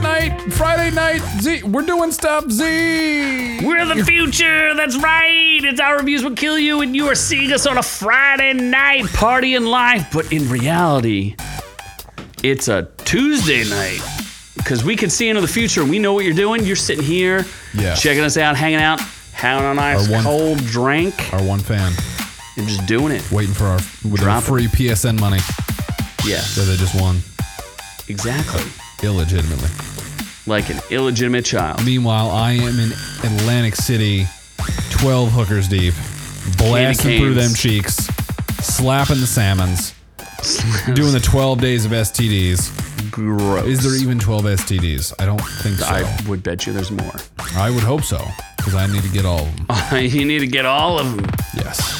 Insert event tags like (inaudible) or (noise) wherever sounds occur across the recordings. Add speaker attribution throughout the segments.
Speaker 1: Friday night Z. We're doing stuff Z.
Speaker 2: We're the future. That's right. It's our reviews will kill you, and you are seeing us on a Friday night partying live. But in reality, it's a Tuesday night because we can see into the future. We know what you're doing. You're sitting here,
Speaker 1: Yeah.
Speaker 2: checking us out, hanging out, having a nice
Speaker 1: Our one-
Speaker 2: cold drink,
Speaker 1: Our one fan
Speaker 2: and just doing it.
Speaker 1: waiting for our with their
Speaker 2: Drop it.
Speaker 1: free PSN money
Speaker 2: Yeah,
Speaker 1: that they just won
Speaker 2: exactly.
Speaker 1: illegitimately.
Speaker 2: Like an illegitimate
Speaker 1: (laughs)
Speaker 2: child.
Speaker 1: Meanwhile, I am in Atlantic City, 12 hookers deep, blasting
Speaker 2: Candy
Speaker 1: through
Speaker 2: canes.
Speaker 1: them cheeks, slapping the salmons, doing the 12 days of STDs.
Speaker 2: Gross.
Speaker 1: Is there even 12 STDs? I don't think so.
Speaker 2: I
Speaker 1: I,
Speaker 2: would bet you there's more. (laughs)
Speaker 1: would hope so, because I need to get all of them.
Speaker 2: you need to get all of them.
Speaker 1: Yes.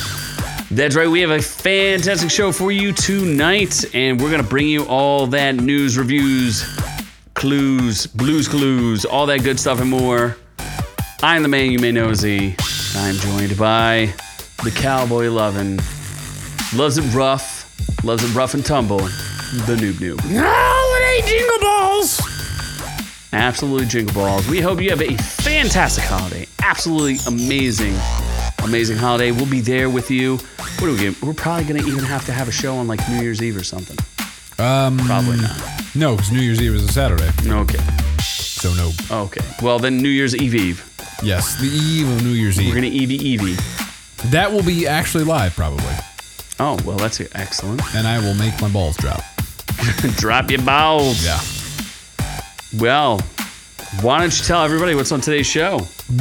Speaker 2: That's right. We have a fantastic show for you tonight, and we're going to bring you all that news, reviews, clues, blues clues, all that good stuff and more. I'm the man you may know, Z. and I'm joined by the cowboy lovin', loves it rough, loves it rough and tumble, the noob noob.
Speaker 1: it ain't jingle balls!
Speaker 2: Absolutely jingle balls. We hope you have a fantastic holiday. Absolutely amazing, amazing holiday. We'll be there with you. What do we get? We're probably gonna even have to have a show on like New Year's Eve or something. Um, probably not.
Speaker 1: No, because New Year's Eve is a Saturday,
Speaker 2: Okay,
Speaker 1: so no.
Speaker 2: okay. Well then, New Year's Eve Eve.
Speaker 1: Yes, the eve of New Year's
Speaker 2: We're
Speaker 1: Eve.
Speaker 2: gonna Evie Evie.
Speaker 1: That will be actually live, probably,
Speaker 2: Oh well, that's excellent. (laughs)
Speaker 1: and I will make my balls drop.
Speaker 2: Drop your balls.
Speaker 1: Yeah.
Speaker 2: Well, why don't you tell everybody what's on today's show?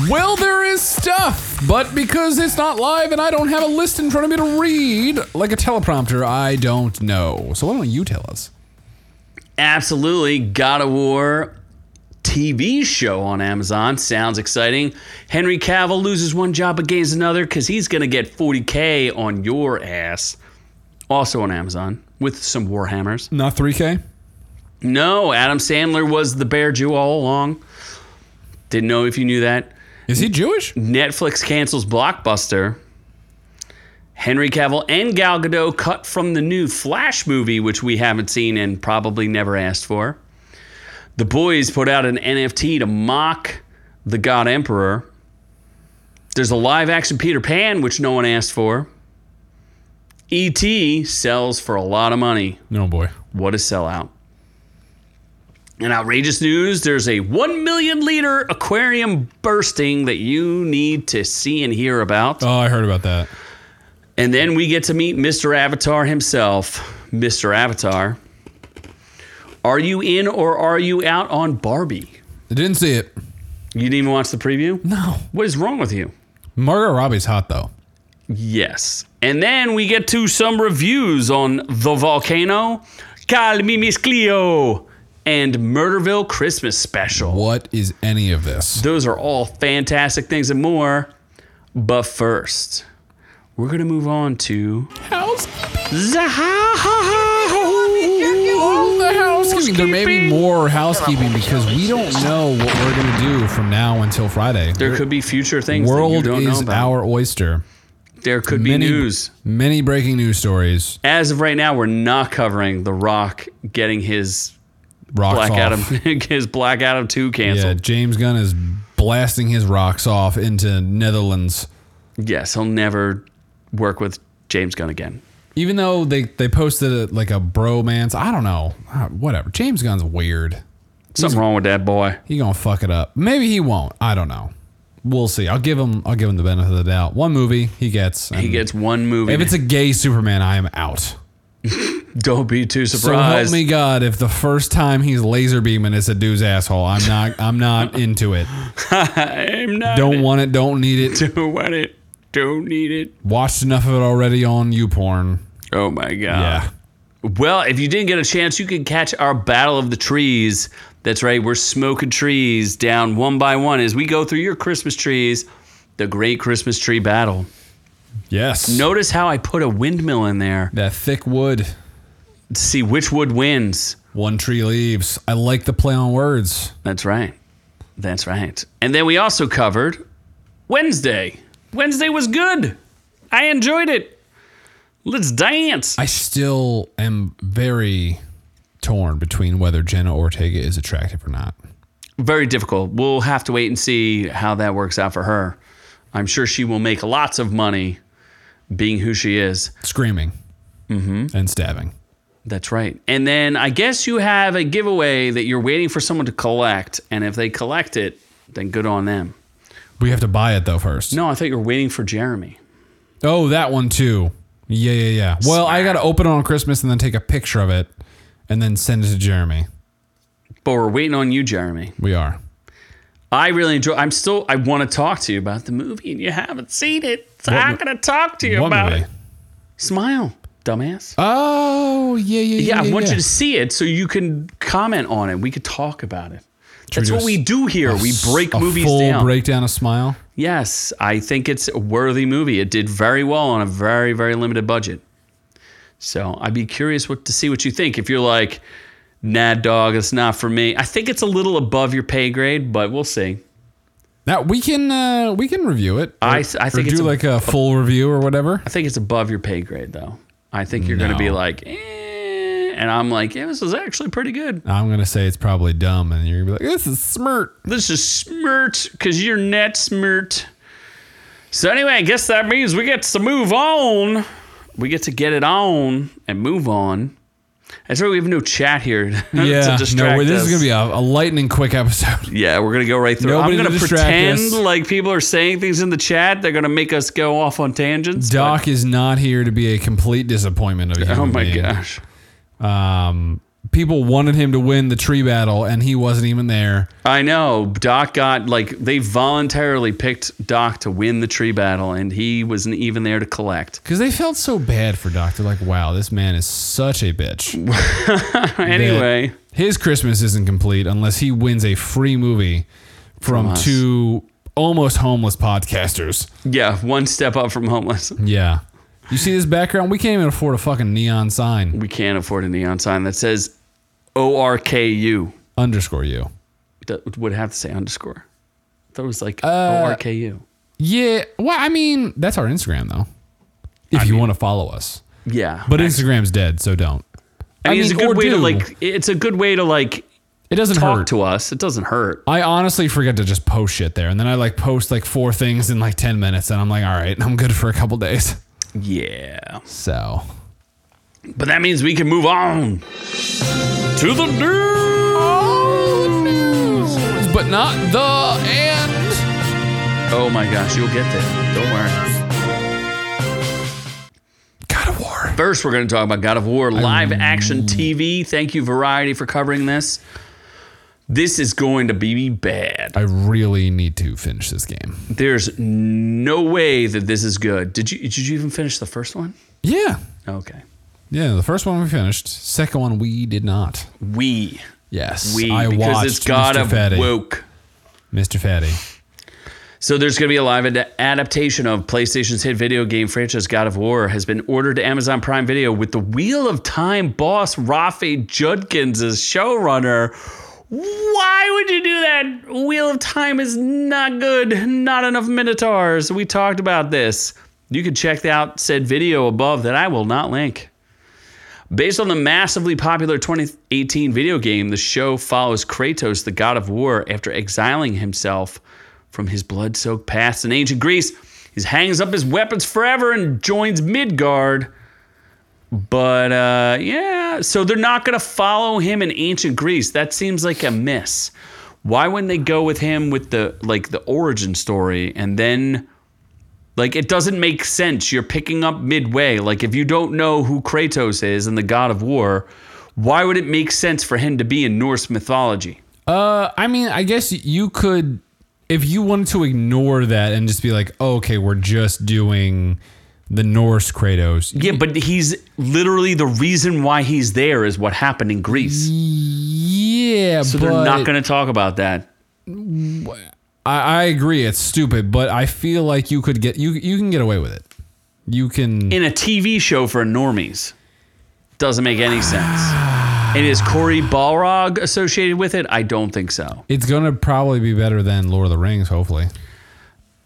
Speaker 1: Well, there is stuff, but because it's not live and I don't have a list in front of me to read, like a teleprompter, I don't know. So why don't you tell us?
Speaker 2: Absolutely. God of War TV show on Amazon. Sounds exciting. Henry Cavill loses one job but gains another because he's going to get 40K on your ass. Also on Amazon with some Warhammers.
Speaker 1: Not 3K?
Speaker 2: No, Adam Sandler was the bear Jew all along. Didn't know if you knew that.
Speaker 1: Is he Jewish?
Speaker 2: Netflix cancels Blockbuster. Henry Cavill and Gal Gadot cut from the new Flash movie, which we haven't seen and probably never asked for. The boys put out an NFT to mock the God Emperor. There's a live action Peter Pan, which no one asked for. E.T. sells for a lot of money.
Speaker 1: No, boy.
Speaker 2: What a sellout. In outrageous news, there's a 1 million liter aquarium bursting that you need to see and hear about.
Speaker 1: Oh, I heard about that.
Speaker 2: And then we get to meet Mr. Avatar himself, Mr. Avatar. Are you in or are you out on Barbie?
Speaker 1: I didn't see it.
Speaker 2: You didn't even watch the preview?
Speaker 1: No.
Speaker 2: What is wrong with you?
Speaker 1: Margot Robbie's hot, though.
Speaker 2: Yes. And then we get to some reviews on The Volcano, Calmi Miss Clio, and Murderville Christmas Special.
Speaker 1: What is any of this?
Speaker 2: Those are all fantastic things and more. But first, we're gonna move on to
Speaker 1: Housekeeping.
Speaker 2: the
Speaker 1: The housekeeping. There may be
Speaker 2: Housekeeping.
Speaker 1: more housekeeping because we don't know what we're going to do from now until Friday.
Speaker 2: There could be future things that you
Speaker 1: World
Speaker 2: don't know
Speaker 1: is
Speaker 2: about.
Speaker 1: our oyster.
Speaker 2: there could be news.
Speaker 1: many breaking news stories.
Speaker 2: As of right now, we're not covering The Rock getting his
Speaker 1: Rocks
Speaker 2: Black
Speaker 1: off.
Speaker 2: Adam (laughs) his Black Adam 2
Speaker 1: Yeah,
Speaker 2: canceled.
Speaker 1: James Gunn is blasting his rocks off into Netherlands.
Speaker 2: Yes, he'll never work with James Gunn again.
Speaker 1: Even though they they posted a, like a bromance, I don't know, Ah, whatever. James Gunn's weird.
Speaker 2: Something wrong with that boy.
Speaker 1: He gonna fuck it up. Maybe he won't. I don't know. We'll see. I'll give him. I'll give him the benefit of the doubt. One movie he gets.
Speaker 2: He
Speaker 1: and
Speaker 2: gets one movie.
Speaker 1: Mm. If it's a gay Superman, I am out.
Speaker 2: don't be too
Speaker 1: So
Speaker 2: surprised.
Speaker 1: help me God, if the first time he's laser beaming it's a dude's asshole, I'm not. I'm not into it.
Speaker 2: I'm not
Speaker 1: Don't want it. Don't need it.
Speaker 2: (laughs) don't want it. Don't need it.
Speaker 1: Watched enough of it already on YouPorn.
Speaker 2: Oh my
Speaker 1: Yeah.
Speaker 2: god. Well, if you didn't get a chance, you can catch our Battle of the Trees. That's right, we're smoking trees down one by one as we go through your Christmas trees, the Great Christmas Tree Battle.
Speaker 1: Yes.
Speaker 2: Notice how I put a windmill in there
Speaker 1: That thick wood,
Speaker 2: to see which wood wins.
Speaker 1: one tree leaves. I like the play on words.
Speaker 2: That's right. That's right. And then we also covered Wednesday. Wednesday was good. I enjoyed it. Let's dance.
Speaker 1: I still am very torn between whether Jenna Ortega is attractive or not.
Speaker 2: very difficult. We'll have to wait and see how that works out for her. I'm sure she will make lots of money being who she is.
Speaker 1: Screaming and stabbing.
Speaker 2: That's right. And then I guess you have a giveaway that you're waiting for someone to collect. And if they collect it, then good on them.
Speaker 1: We have to buy it though first.
Speaker 2: No, I thought you were waiting for Jeremy.
Speaker 1: Oh, that one too. Yeah, yeah, yeah. Well, I got to open it on Christmas and then take a picture of it and then send it to Jeremy.
Speaker 2: But we're waiting on you, Jeremy.
Speaker 1: We are.
Speaker 2: I really enjoy. I'm still. I want to talk to you about the movie, and you haven't seen it, so
Speaker 1: What
Speaker 2: I'm
Speaker 1: mo-
Speaker 2: gonna talk to you
Speaker 1: What
Speaker 2: about
Speaker 1: movie?
Speaker 2: it. Smile, dumbass.
Speaker 1: Oh, yeah, yeah, yeah.
Speaker 2: yeah, I want
Speaker 1: yeah.
Speaker 2: you to see it so you can comment on it. We could talk about it. That's
Speaker 1: do
Speaker 2: what
Speaker 1: a
Speaker 2: we
Speaker 1: s-
Speaker 2: do here. we break
Speaker 1: a
Speaker 2: movies
Speaker 1: full
Speaker 2: down.
Speaker 1: breakdown of Smile.
Speaker 2: Yes, I think it's a worthy movie. It did very well on a very very limited budget. So I'd be curious what to see what you think. If you're like, Nah, dog, it's not for me. I think it's a little above your pay grade, but we'll see.
Speaker 1: Now we can uh, we can review it.
Speaker 2: I-
Speaker 1: Or-
Speaker 2: I think
Speaker 1: or
Speaker 2: it's
Speaker 1: do
Speaker 2: a-
Speaker 1: like a full review or whatever.
Speaker 2: I think it's above your pay grade, though. I think you're going to be
Speaker 1: No.
Speaker 2: like, eh, and I'm like, yeah, this is actually pretty good.
Speaker 1: I'm gonna say it's probably dumb, and you're gonna be like, "This is smirt."
Speaker 2: This is smirt because you're net smirt. So anyway, I guess that means we get to move on. We get to get it on and move on. That's why we have no chat here. (laughs) to
Speaker 1: Yeah,
Speaker 2: distract
Speaker 1: no, this
Speaker 2: us.
Speaker 1: is gonna be a, a lightning quick
Speaker 2: (laughs)
Speaker 1: episode.
Speaker 2: Yeah, we're gonna go right through.
Speaker 1: Nobody to
Speaker 2: I'm gonna
Speaker 1: distract
Speaker 2: pretend
Speaker 1: us.
Speaker 2: like people are saying things in the chat. They're gonna make us go off on tangents. but-
Speaker 1: Doc is not here to be a complete disappointment of you.
Speaker 2: (laughs) oh my gosh.
Speaker 1: Um, people wanted him to win the tree battle, and he wasn't even there.
Speaker 2: I know Doc got like they voluntarily picked Doc to win the tree battle, and he wasn't even there to collect.
Speaker 1: Because they felt so bad for Doctor. Like, wow, this man is such a bitch.
Speaker 2: (laughs) anyway,
Speaker 1: His Christmas isn't complete unless he wins a free movie from,
Speaker 2: us.
Speaker 1: two almost homeless podcasters.
Speaker 2: yeah, one step up from homeless.
Speaker 1: Yeah. You see this background? We can't even afford a fucking neon sign.
Speaker 2: We can't afford a neon sign that says O R K U.
Speaker 1: Underscore you.
Speaker 2: That would have to say underscore. That was like
Speaker 1: Uh,
Speaker 2: O R K U.
Speaker 1: Yeah. Well, I mean, that's our Instagram though. If you want to follow us,
Speaker 2: Yeah,
Speaker 1: but Instagram's dead, so don't.
Speaker 2: I mean,
Speaker 1: I
Speaker 2: it's a
Speaker 1: mean, or
Speaker 2: good way
Speaker 1: do.
Speaker 2: to like. It's a good way to like
Speaker 1: It doesn't
Speaker 2: talk
Speaker 1: hurt.
Speaker 2: to us. It doesn't hurt.
Speaker 1: I honestly forget to just post shit there, and then I like post like four things in like ten minutes, and I'm like, all right, I'm good for a couple days. (laughs)
Speaker 2: Yeah.
Speaker 1: So
Speaker 2: But that means we can move on to the news.
Speaker 1: Oh, but not the end.
Speaker 2: Oh my gosh, you'll get there. Don't worry.
Speaker 1: God of War.
Speaker 2: First, we're going to talk about God of War live action TV. Thank you, Variety, for covering this. This is going to be bad.
Speaker 1: I really need to finish this game.
Speaker 2: There's no way that this is good. Did you did you even finish the first one?
Speaker 1: Yeah.
Speaker 2: Okay.
Speaker 1: Yeah, the first one we finished. Second one we did not.
Speaker 2: We
Speaker 1: Yes.
Speaker 2: we
Speaker 1: I
Speaker 2: because
Speaker 1: watched
Speaker 2: it's God
Speaker 1: Mr.
Speaker 2: of
Speaker 1: Fatty.
Speaker 2: Woke.
Speaker 1: Mr. Fatty.
Speaker 2: So there's going to be a live ad- adaptation of PlayStation's hit video game franchise God of War has been ordered to Amazon Prime Video with the Wheel of Time boss Rafe Judkins as showrunner. Why would you do that? Wheel of Time is not good. Not enough minotaurs. We talked about this. You can check out said video above that I will not link. Based on the massively popular 2018 video game, the show follows Kratos, the god of war, after exiling himself from his blood soaked past in ancient Greece. He hangs up his weapons forever and joins Midgard. But uh, yeah, so they're not going to follow him in ancient Greece. That seems like a miss. Why wouldn't they go with him with the like the origin story and then like it doesn't make sense. You're picking up midway. Like if you don't know who Kratos is and the god of war, why would it make sense for him to be in Norse mythology?
Speaker 1: Uh, I mean, I guess you could, if you wanted to ignore that and just be like, oh, okay, we're just doing the Norse Kratos.
Speaker 2: Yeah, but he's literally the reason why he's there is what happened in Greece.
Speaker 1: Yeah,
Speaker 2: So
Speaker 1: but
Speaker 2: they're not going to talk about that.
Speaker 1: I, I agree, it's stupid, but I feel like you could get you you can get away with it. You can.
Speaker 2: In a TV show for normies, doesn't make any sense. And is Corey Balrog associated with it? I don't think so.
Speaker 1: it's gonna probably be better than Lord of the Rings, hopefully.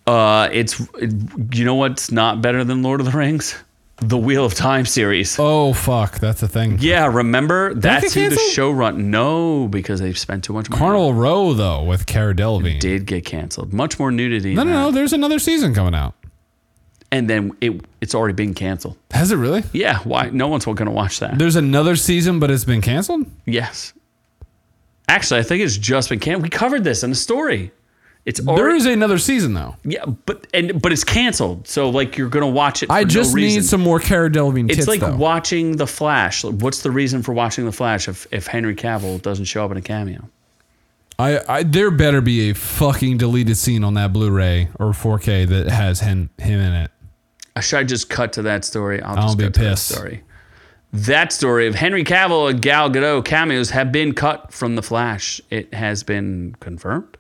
Speaker 2: Uh, it's it, you know what's not better than Lord of the Rings? the Wheel of Time series.
Speaker 1: Oh fuck, that's a thing.
Speaker 2: Yeah, remember that's who the
Speaker 1: canceled?
Speaker 2: show run. No, because they've spent too much money.
Speaker 1: Carnival Row though with Cara Delevingne.
Speaker 2: did get canceled. Much more nudity.
Speaker 1: no,
Speaker 2: in
Speaker 1: no,
Speaker 2: that.
Speaker 1: no. There's another season coming out.
Speaker 2: And then it it's already been canceled.
Speaker 1: Has it really?
Speaker 2: Yeah, why? No one's going to watch that.
Speaker 1: There's another season, but it's been canceled.
Speaker 2: yes. Actually, I think it's just been canceled. We covered this in the story. It's
Speaker 1: There
Speaker 2: already
Speaker 1: is another season though.
Speaker 2: yeah, but and but it's canceled. So like you're going to watch it. For
Speaker 1: I
Speaker 2: no
Speaker 1: just
Speaker 2: reason.
Speaker 1: need some more Cara Delevingne tits
Speaker 2: It's like
Speaker 1: though.
Speaker 2: watching The Flash. Like, What's the reason for watching The Flash if, if Henry Cavill doesn't show up in a cameo?
Speaker 1: I, I there better be a fucking deleted scene on that Blu-ray or 4K that has him him in it.
Speaker 2: Uh, Should I just cut to that story? I'll just
Speaker 1: I'll be
Speaker 2: cut to
Speaker 1: pissed.
Speaker 2: That story. That story of Henry Cavill and Gal Gadot cameos have been cut from The Flash. It has been confirmed.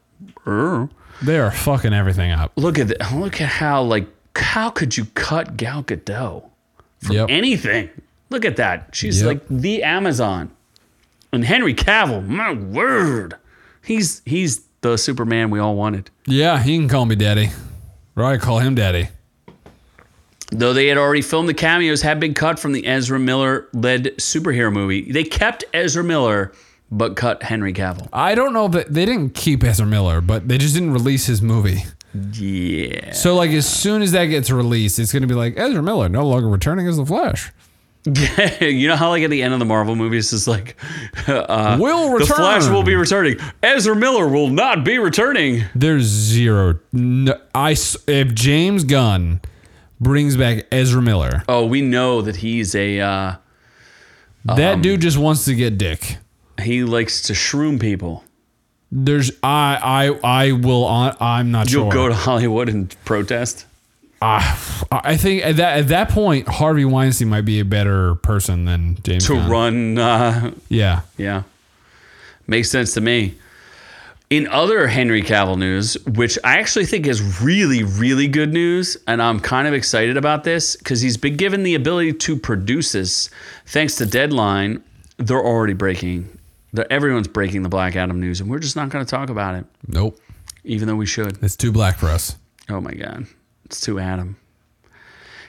Speaker 2: Er.
Speaker 1: They are fucking everything up.
Speaker 2: Look at the, look at how like how could you cut Gal Gadot from
Speaker 1: Yep.
Speaker 2: anything? Look at that. She's
Speaker 1: Yep.
Speaker 2: like the Amazon. And Henry Cavill, my word, he's he's the Superman we all wanted.
Speaker 1: Yeah, he can call me daddy. Or I call him daddy.
Speaker 2: Though they had already filmed the cameos, had been cut from the Ezra Miller led superhero movie. They kept Ezra Miller, but cut Henry Cavill.
Speaker 1: I don't know that they didn't keep Ezra Miller, but they just didn't release his movie.
Speaker 2: Yeah. (laughs)
Speaker 1: So like as soon as that gets released, it's gonna be like Ezra Miller no longer returning as the Flash.
Speaker 2: you know how, like, at the end of the Marvel movies, it's like, (laughs) uh,
Speaker 1: Will
Speaker 2: The
Speaker 1: return.
Speaker 2: Flash will be returning. Ezra Miller will not be returning.
Speaker 1: There's zero. No, I s- if James Gunn brings back Ezra Miller,
Speaker 2: Oh, we know that he's a, uh, Um,
Speaker 1: that dude just wants to get dick.
Speaker 2: he likes to shroom people.
Speaker 1: There's I I I will on. I'm not sure.
Speaker 2: You'll go to Hollywood and protest.
Speaker 1: Ah, I think at that at that point Harvey Weinstein might be a better person than James
Speaker 2: To
Speaker 1: Gunn.
Speaker 2: run, uh,
Speaker 1: Yeah.
Speaker 2: Yeah. Makes sense to me. In other Henry Cavill news, which I actually think is really, really good news, and I'm kind of excited about this because he's been given the ability to produce this. Thanks to Deadline, they're already breaking. They're, everyone's breaking the Black Adam news, and we're just not going to talk about it,
Speaker 1: Nope.
Speaker 2: even though we should.
Speaker 1: It's too black for us.
Speaker 2: Oh my God. It's too Adam.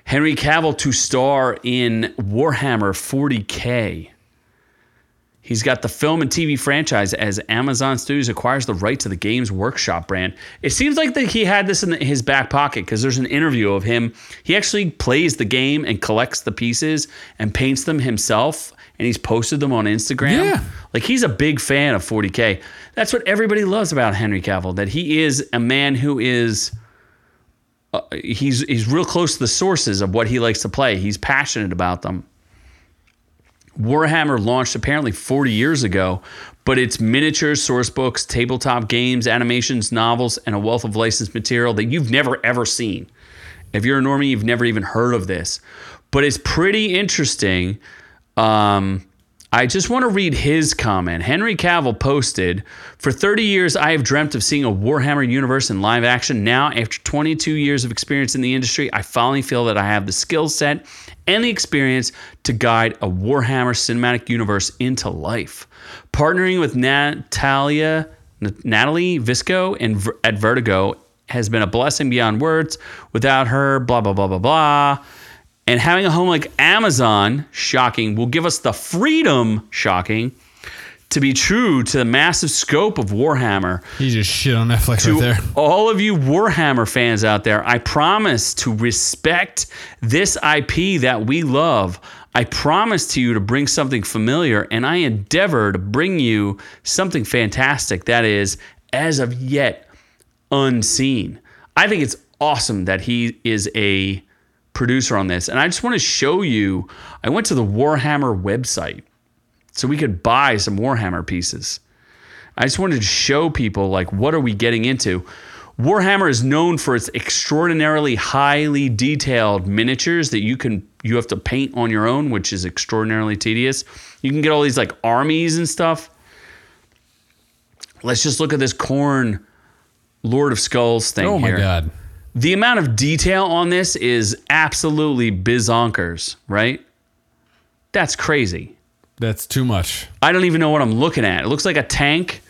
Speaker 2: Henry Cavill to star in Warhammer 40K. He's got the film and TV franchise as Amazon Studios acquires the rights of the Games Workshop brand. It seems like that he had this in his back pocket because there's an interview of him. He actually plays the game and collects the pieces and paints them himself, and he's posted them on Instagram.
Speaker 1: Yeah.
Speaker 2: Like he's a big fan of 40K. That's what everybody loves about Henry Cavill, that he is a man who is uh, he's he's real close to the sources of what he likes to play. He's passionate about them. Warhammer launched apparently 40 years ago, but its miniatures, source books, tabletop games, animations, novels, and a wealth of licensed material that you've never ever seen. If you're a normie, you've never even heard of this, but it's pretty interesting. Um, I just want to read his comment. Henry Cavill posted For 30 years, I have dreamt of seeing a Warhammer universe in live action. Now, after 22 years of experience in the industry, I finally feel that I have the skill set and the experience to guide a Warhammer cinematic universe into life. Partnering with Natalia, Natalie Visco and Ver- at Vertigo has been a blessing beyond words. Without her, blah, blah, blah, blah, blah. And having a home like Amazon, shocking, will give us the freedom, shocking, to be true to the massive scope of Warhammer.
Speaker 1: He just shit on Netflix
Speaker 2: To
Speaker 1: right there.
Speaker 2: all of you Warhammer fans out there, I promise to respect this IP that we love. I promise to you to bring something familiar, and I endeavor to bring you something fantastic that is, as of yet, unseen. I think it's awesome that he is a producer on this. And I just want to show you I went to the Warhammer website so we could buy some Warhammer pieces. I just wanted to show people like what are we getting into? Warhammer is known for its extraordinarily highly detailed miniatures that you can you have to paint on your own, which is extraordinarily tedious. You can get all these like armies and stuff. Let's just look at this corn Lord of Skulls thing
Speaker 1: Oh my
Speaker 2: here.
Speaker 1: god.
Speaker 2: The amount of detail on this is absolutely bizonkers, right? That's crazy.
Speaker 1: That's too much.
Speaker 2: I don't even know what I'm looking at. It looks like a tank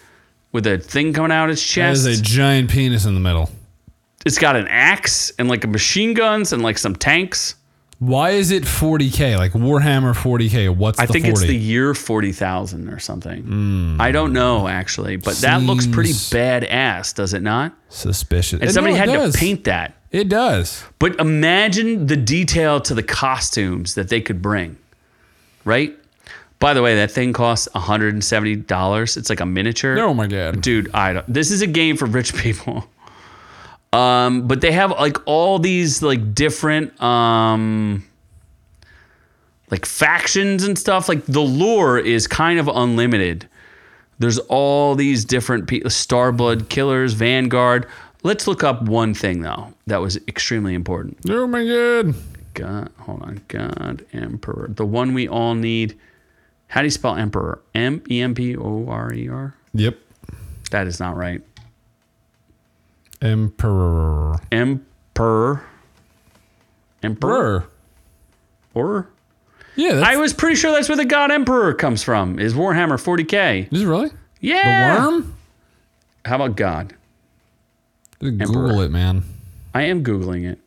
Speaker 2: with a thing coming out of its
Speaker 1: That
Speaker 2: chest.
Speaker 1: is a giant penis in the middle.
Speaker 2: it's got an axe and like machine guns and like some tanks.
Speaker 1: Why is it 40k? Like Warhammer 40k. What's
Speaker 2: I
Speaker 1: the
Speaker 2: think
Speaker 1: 40?
Speaker 2: it's the year 40,000 or something. I don't know, actually, but that looks pretty
Speaker 1: Seems-
Speaker 2: badass, does it not?
Speaker 1: suspicious.
Speaker 2: And
Speaker 1: No,
Speaker 2: somebody
Speaker 1: it
Speaker 2: had
Speaker 1: does.
Speaker 2: to paint that.
Speaker 1: It does.
Speaker 2: But imagine the detail to the costumes that they could bring, right? By the way, that thing costs $170. It's like a miniature.
Speaker 1: Oh my god.
Speaker 2: Dude, I don't. This is a game for rich (laughs) people. Um, but they have like all these like different um like factions and stuff. Like the lore is kind of unlimited. There's all these different people, Starblood Killers, Vanguard. Let's look up one thing though that was extremely important.
Speaker 1: Oh my god.
Speaker 2: God, hold on. God Emperor, the one we all need. How do you spell Emperor? M E M P O R E R.
Speaker 1: Yep.
Speaker 2: That is not right.
Speaker 1: Emperor.
Speaker 2: Emperor. Emperor.
Speaker 1: Brr.
Speaker 2: Or?
Speaker 1: Yeah. That's,
Speaker 2: I was pretty sure that's where the God Emperor comes from. Is Warhammer 40k?
Speaker 1: is it really?
Speaker 2: Yeah.
Speaker 1: The worm?
Speaker 2: How about God?
Speaker 1: Just Google it, man.
Speaker 2: I am googling it.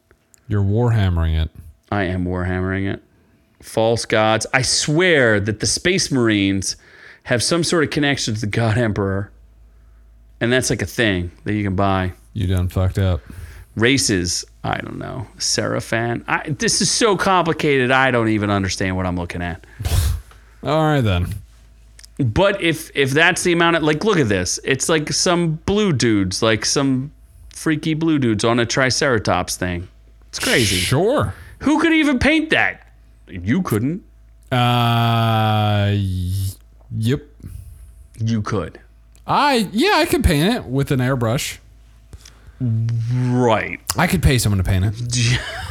Speaker 1: You're warhammering it.
Speaker 2: I am warhammering it. False gods. I swear that the Space Marines have some sort of connection to the God Emperor, and that's like a thing that you can buy.
Speaker 1: You done fucked up.
Speaker 2: Races. I don't know. Seraphan. I, this is so complicated. I don't even understand what I'm looking at.
Speaker 1: All right then.
Speaker 2: But if if that's the amount of like, look at this. It's like some blue dudes, like some freaky blue dudes on a Triceratops thing. It's crazy.
Speaker 1: Sure.
Speaker 2: Who could even paint that? You couldn't.
Speaker 1: Uh. y- Yep.
Speaker 2: You could.
Speaker 1: I yeah I could paint it with an airbrush.
Speaker 2: Right.
Speaker 1: I could pay someone to paint it.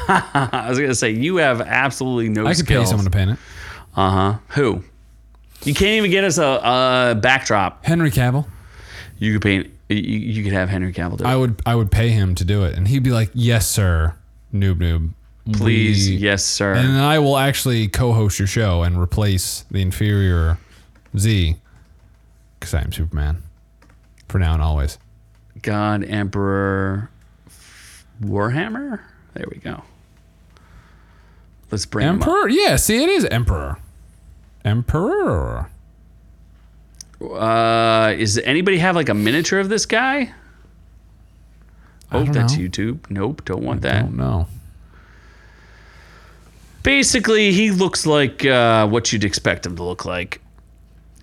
Speaker 2: I was gonna say you have absolutely no
Speaker 1: I could pay
Speaker 2: skills.
Speaker 1: someone to paint it.
Speaker 2: uh huh. Who? You can't even get us a, a backdrop.
Speaker 1: Henry Cavill.
Speaker 2: You could paint. You, you could have Henry Cavill do it.
Speaker 1: I would I would pay him to do it, and he'd be like, "Yes, sir, noob noob,
Speaker 2: Please,
Speaker 1: We-"
Speaker 2: yes, sir.
Speaker 1: And I will actually co-host your show and replace the inferior Z, because I am Superman, for now and always.
Speaker 2: God Emperor Warhammer. There we go. Let's bring him up.
Speaker 1: Emperor, yeah. See, it is emperor. Emperor.
Speaker 2: Uh, is anybody have like a miniature of this guy? Oh,
Speaker 1: don't
Speaker 2: that's
Speaker 1: know.
Speaker 2: YouTube. Nope, don't want
Speaker 1: I
Speaker 2: that.
Speaker 1: don't know.
Speaker 2: Basically, he looks like uh, what you'd expect him to look like.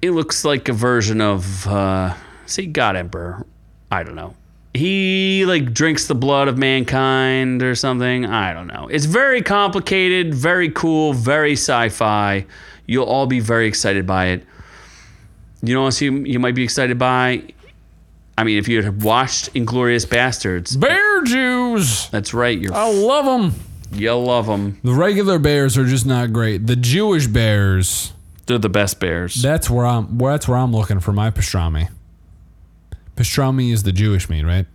Speaker 2: He looks like a version of uh, see God Emperor. I don't know. He like drinks the blood of mankind or something. I don't know. It's very complicated, very cool, very sci-fi. You'll all be very excited by it. You know what else you, you might be excited by? I mean, if you had watched Inglorious Bastards,
Speaker 1: Bear Jews.
Speaker 2: that's right. You're
Speaker 1: I love them.
Speaker 2: you love them.
Speaker 1: The regular bears are just not great. The Jewish bears.
Speaker 2: They're the best bears.
Speaker 1: That's where I'm. Where that's where I'm looking for my pastrami. Pastrami is the Jewish meat, right?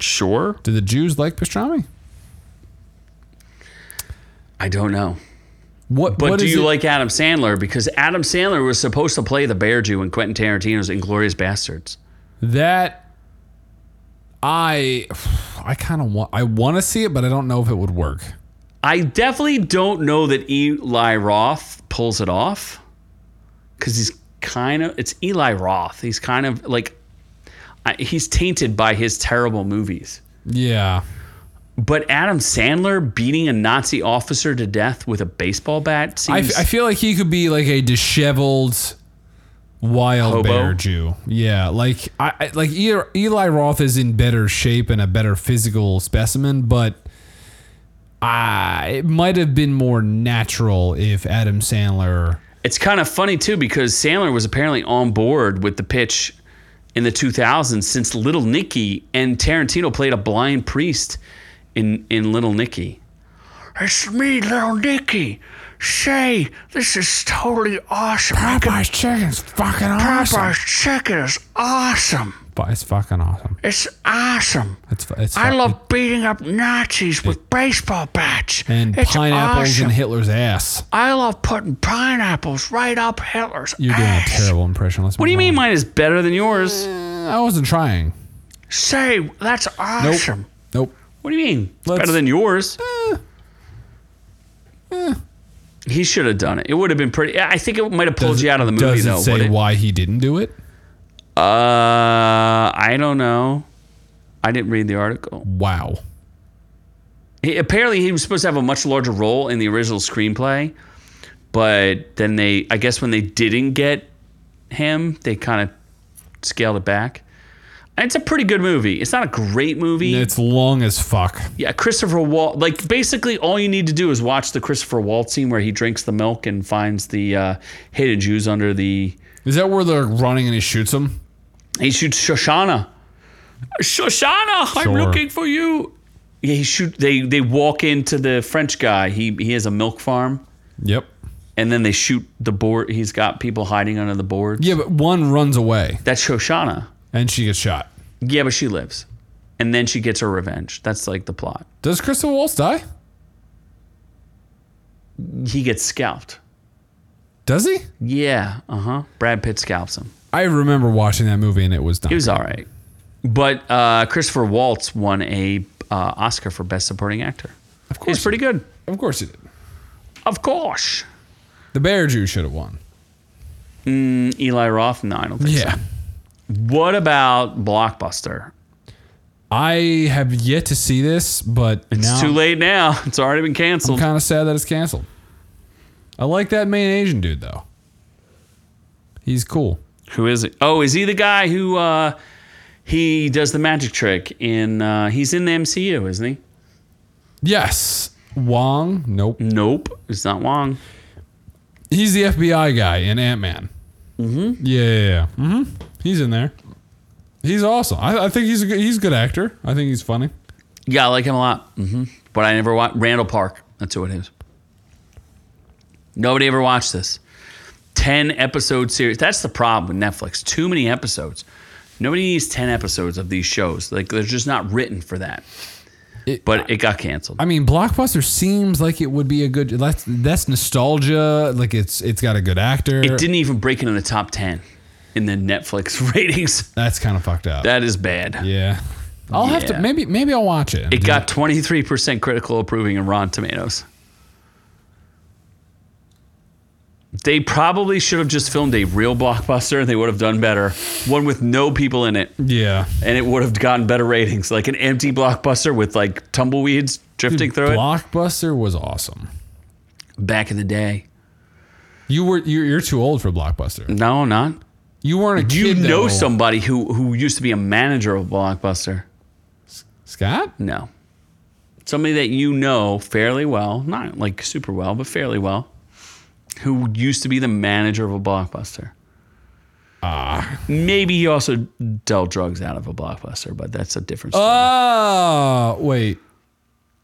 Speaker 2: Sure.
Speaker 1: Do the Jews like pastrami?
Speaker 2: I don't know.
Speaker 1: What?
Speaker 2: But
Speaker 1: what
Speaker 2: do
Speaker 1: is
Speaker 2: you
Speaker 1: it-
Speaker 2: like Adam Sandler? Because Adam Sandler was supposed to play the Bear Jew in Quentin Tarantino's Inglorious Bastards.
Speaker 1: that? I, (sighs) I kind of want. I want to see it, but I don't know if it would work.
Speaker 2: I definitely don't know that Eli Roth pulls it off because he's kind of, it's Eli Roth. He's kind of like, I, he's tainted by his terrible movies.
Speaker 1: Yeah.
Speaker 2: But Adam Sandler beating a Nazi officer to death with a baseball bat
Speaker 1: I,
Speaker 2: seems.
Speaker 1: f- I feel like he could be like a disheveled wild
Speaker 2: Hobo?
Speaker 1: bear Jew. Yeah, like I, I like E- Eli Roth is in better shape and a better physical specimen, but I it might have been more natural if Adam Sandler.
Speaker 2: It's kind of funny too because Sandler was apparently on board with the pitch in the 2000s since Little Nicky and Tarantino played a blind priest in in Little Nicky. It's me, Little Nicky. Say, this is totally awesome.
Speaker 1: Popeye's chicken's fucking awesome.
Speaker 2: chicken is awesome.
Speaker 1: It's fucking awesome.
Speaker 2: It's awesome.
Speaker 1: It's, fu- it's fu-
Speaker 2: beating up Nazis with baseball bats
Speaker 1: and pineapples in Hitler's ass.
Speaker 2: I love putting pineapples right up Hitler's
Speaker 1: You're doing a terrible impression. Let's
Speaker 2: What do you mean mine is better than yours?
Speaker 1: I wasn't trying.
Speaker 2: Say, that's
Speaker 1: Nope. Nope.
Speaker 2: What do you mean? It's
Speaker 1: Let's- Mm.
Speaker 2: better than yours. He should have done it. It would have been pretty. I think it might have pulled
Speaker 1: Does
Speaker 2: you
Speaker 1: it-
Speaker 2: out of the movie
Speaker 1: does
Speaker 2: though.
Speaker 1: it say
Speaker 2: would it?
Speaker 1: why he didn't do it?
Speaker 2: Uh, I don't know. I didn't read the article.
Speaker 1: Wow.
Speaker 2: He, apparently, he was supposed to have a much larger role in the original screenplay, but then they, I guess, when they didn't get him, they kind of scaled it back. And It's a pretty good movie. It's not a great movie.
Speaker 1: It's long as fuck.
Speaker 2: Yeah, Christopher Walt. Like basically, all you need to do is watch the Christopher Waltz scene where he drinks the milk and finds the uh, hidden Jews under the.
Speaker 1: Is that where they're running and he shoots him?
Speaker 2: He shoots Shoshana. Shoshana, I'm
Speaker 1: Sure.
Speaker 2: looking for you. Yeah, he shoot. They they walk into the French guy. He he has a milk farm,
Speaker 1: Yep.
Speaker 2: and then they shoot the board. He's got people hiding under the boards.
Speaker 1: Yeah, but one runs away
Speaker 2: That's Shoshana.
Speaker 1: and she gets shot.
Speaker 2: Yeah, but she lives, and then she gets her revenge. That's like the plot.
Speaker 1: Does Crystal Waltz die?
Speaker 2: He gets scalped.
Speaker 1: Does he?
Speaker 2: Yeah. Uh huh. Brad Pitt scalps him.
Speaker 1: I remember watching that movie and it was not.
Speaker 2: It was all right. But uh, Christopher Waltz won a uh, Oscar for Best Supporting Actor. Of
Speaker 1: course
Speaker 2: He's pretty good.
Speaker 1: of course it did.
Speaker 2: Of course.
Speaker 1: The Bear Jew should have won.
Speaker 2: Eli Roth? No, I don't think so. What about Blockbuster?
Speaker 1: I have yet to see this, but
Speaker 2: It's
Speaker 1: now
Speaker 2: too late now. (laughs) It's already been canceled.
Speaker 1: I'm kind of sad that it's canceled. I like that main Asian dude though. He's cool.
Speaker 2: Who is it? Oh, is he the guy who uh, he does the magic trick in? Uh, he's in the MCU, isn't he?
Speaker 1: Yes. Wong? Nope.
Speaker 2: Nope, it's not Wong.
Speaker 1: He's the FBI guy in Ant Man. Mm-hmm. Yeah, yeah, yeah. Mm-hmm. He's in there. He's awesome. I, I think he's a good, he's a good actor. I think he's funny.
Speaker 2: Yeah, I like him a lot. hmm But I never watched Randall Park. That's who it is. Nobody ever watched this. 10 episode series. That's the problem with Netflix. Too many episodes. Nobody needs 10 episodes of these shows. Like, they're just not written for that.
Speaker 1: It-
Speaker 2: but it got canceled.
Speaker 1: I mean, Blockbuster seems like it would be a good. That's that's nostalgia. Like it's it's got a good actor.
Speaker 2: it didn't even break into the top 10 in the Netflix (laughs) ratings.
Speaker 1: That's kind of fucked up.
Speaker 2: That is bad.
Speaker 1: yeah. I'll have to
Speaker 2: Yeah.
Speaker 1: maybe maybe I'll watch it.
Speaker 2: It got 23% critical approving in Rotten Tomatoes. They probably should have just filmed a real blockbuster and they would have done better. One with no people in it
Speaker 1: yeah.
Speaker 2: and it would have gotten better ratings. Like an empty blockbuster with like tumbleweeds drifting through it
Speaker 1: Blockbuster was awesome.
Speaker 2: back in the day.
Speaker 1: You were you're, you're too old for Blockbuster.
Speaker 2: No, not.
Speaker 1: You weren't a
Speaker 2: You
Speaker 1: kid. that
Speaker 2: know
Speaker 1: old.
Speaker 2: somebody who who used to be a manager of Blockbuster?
Speaker 1: Scott?
Speaker 2: No. Somebody that you know fairly well, not like super well, but fairly well, who used to be the manager of a blockbuster. Ah. Maybe he also dealt drugs out of a blockbuster, but that's a different story.
Speaker 1: Oh wait,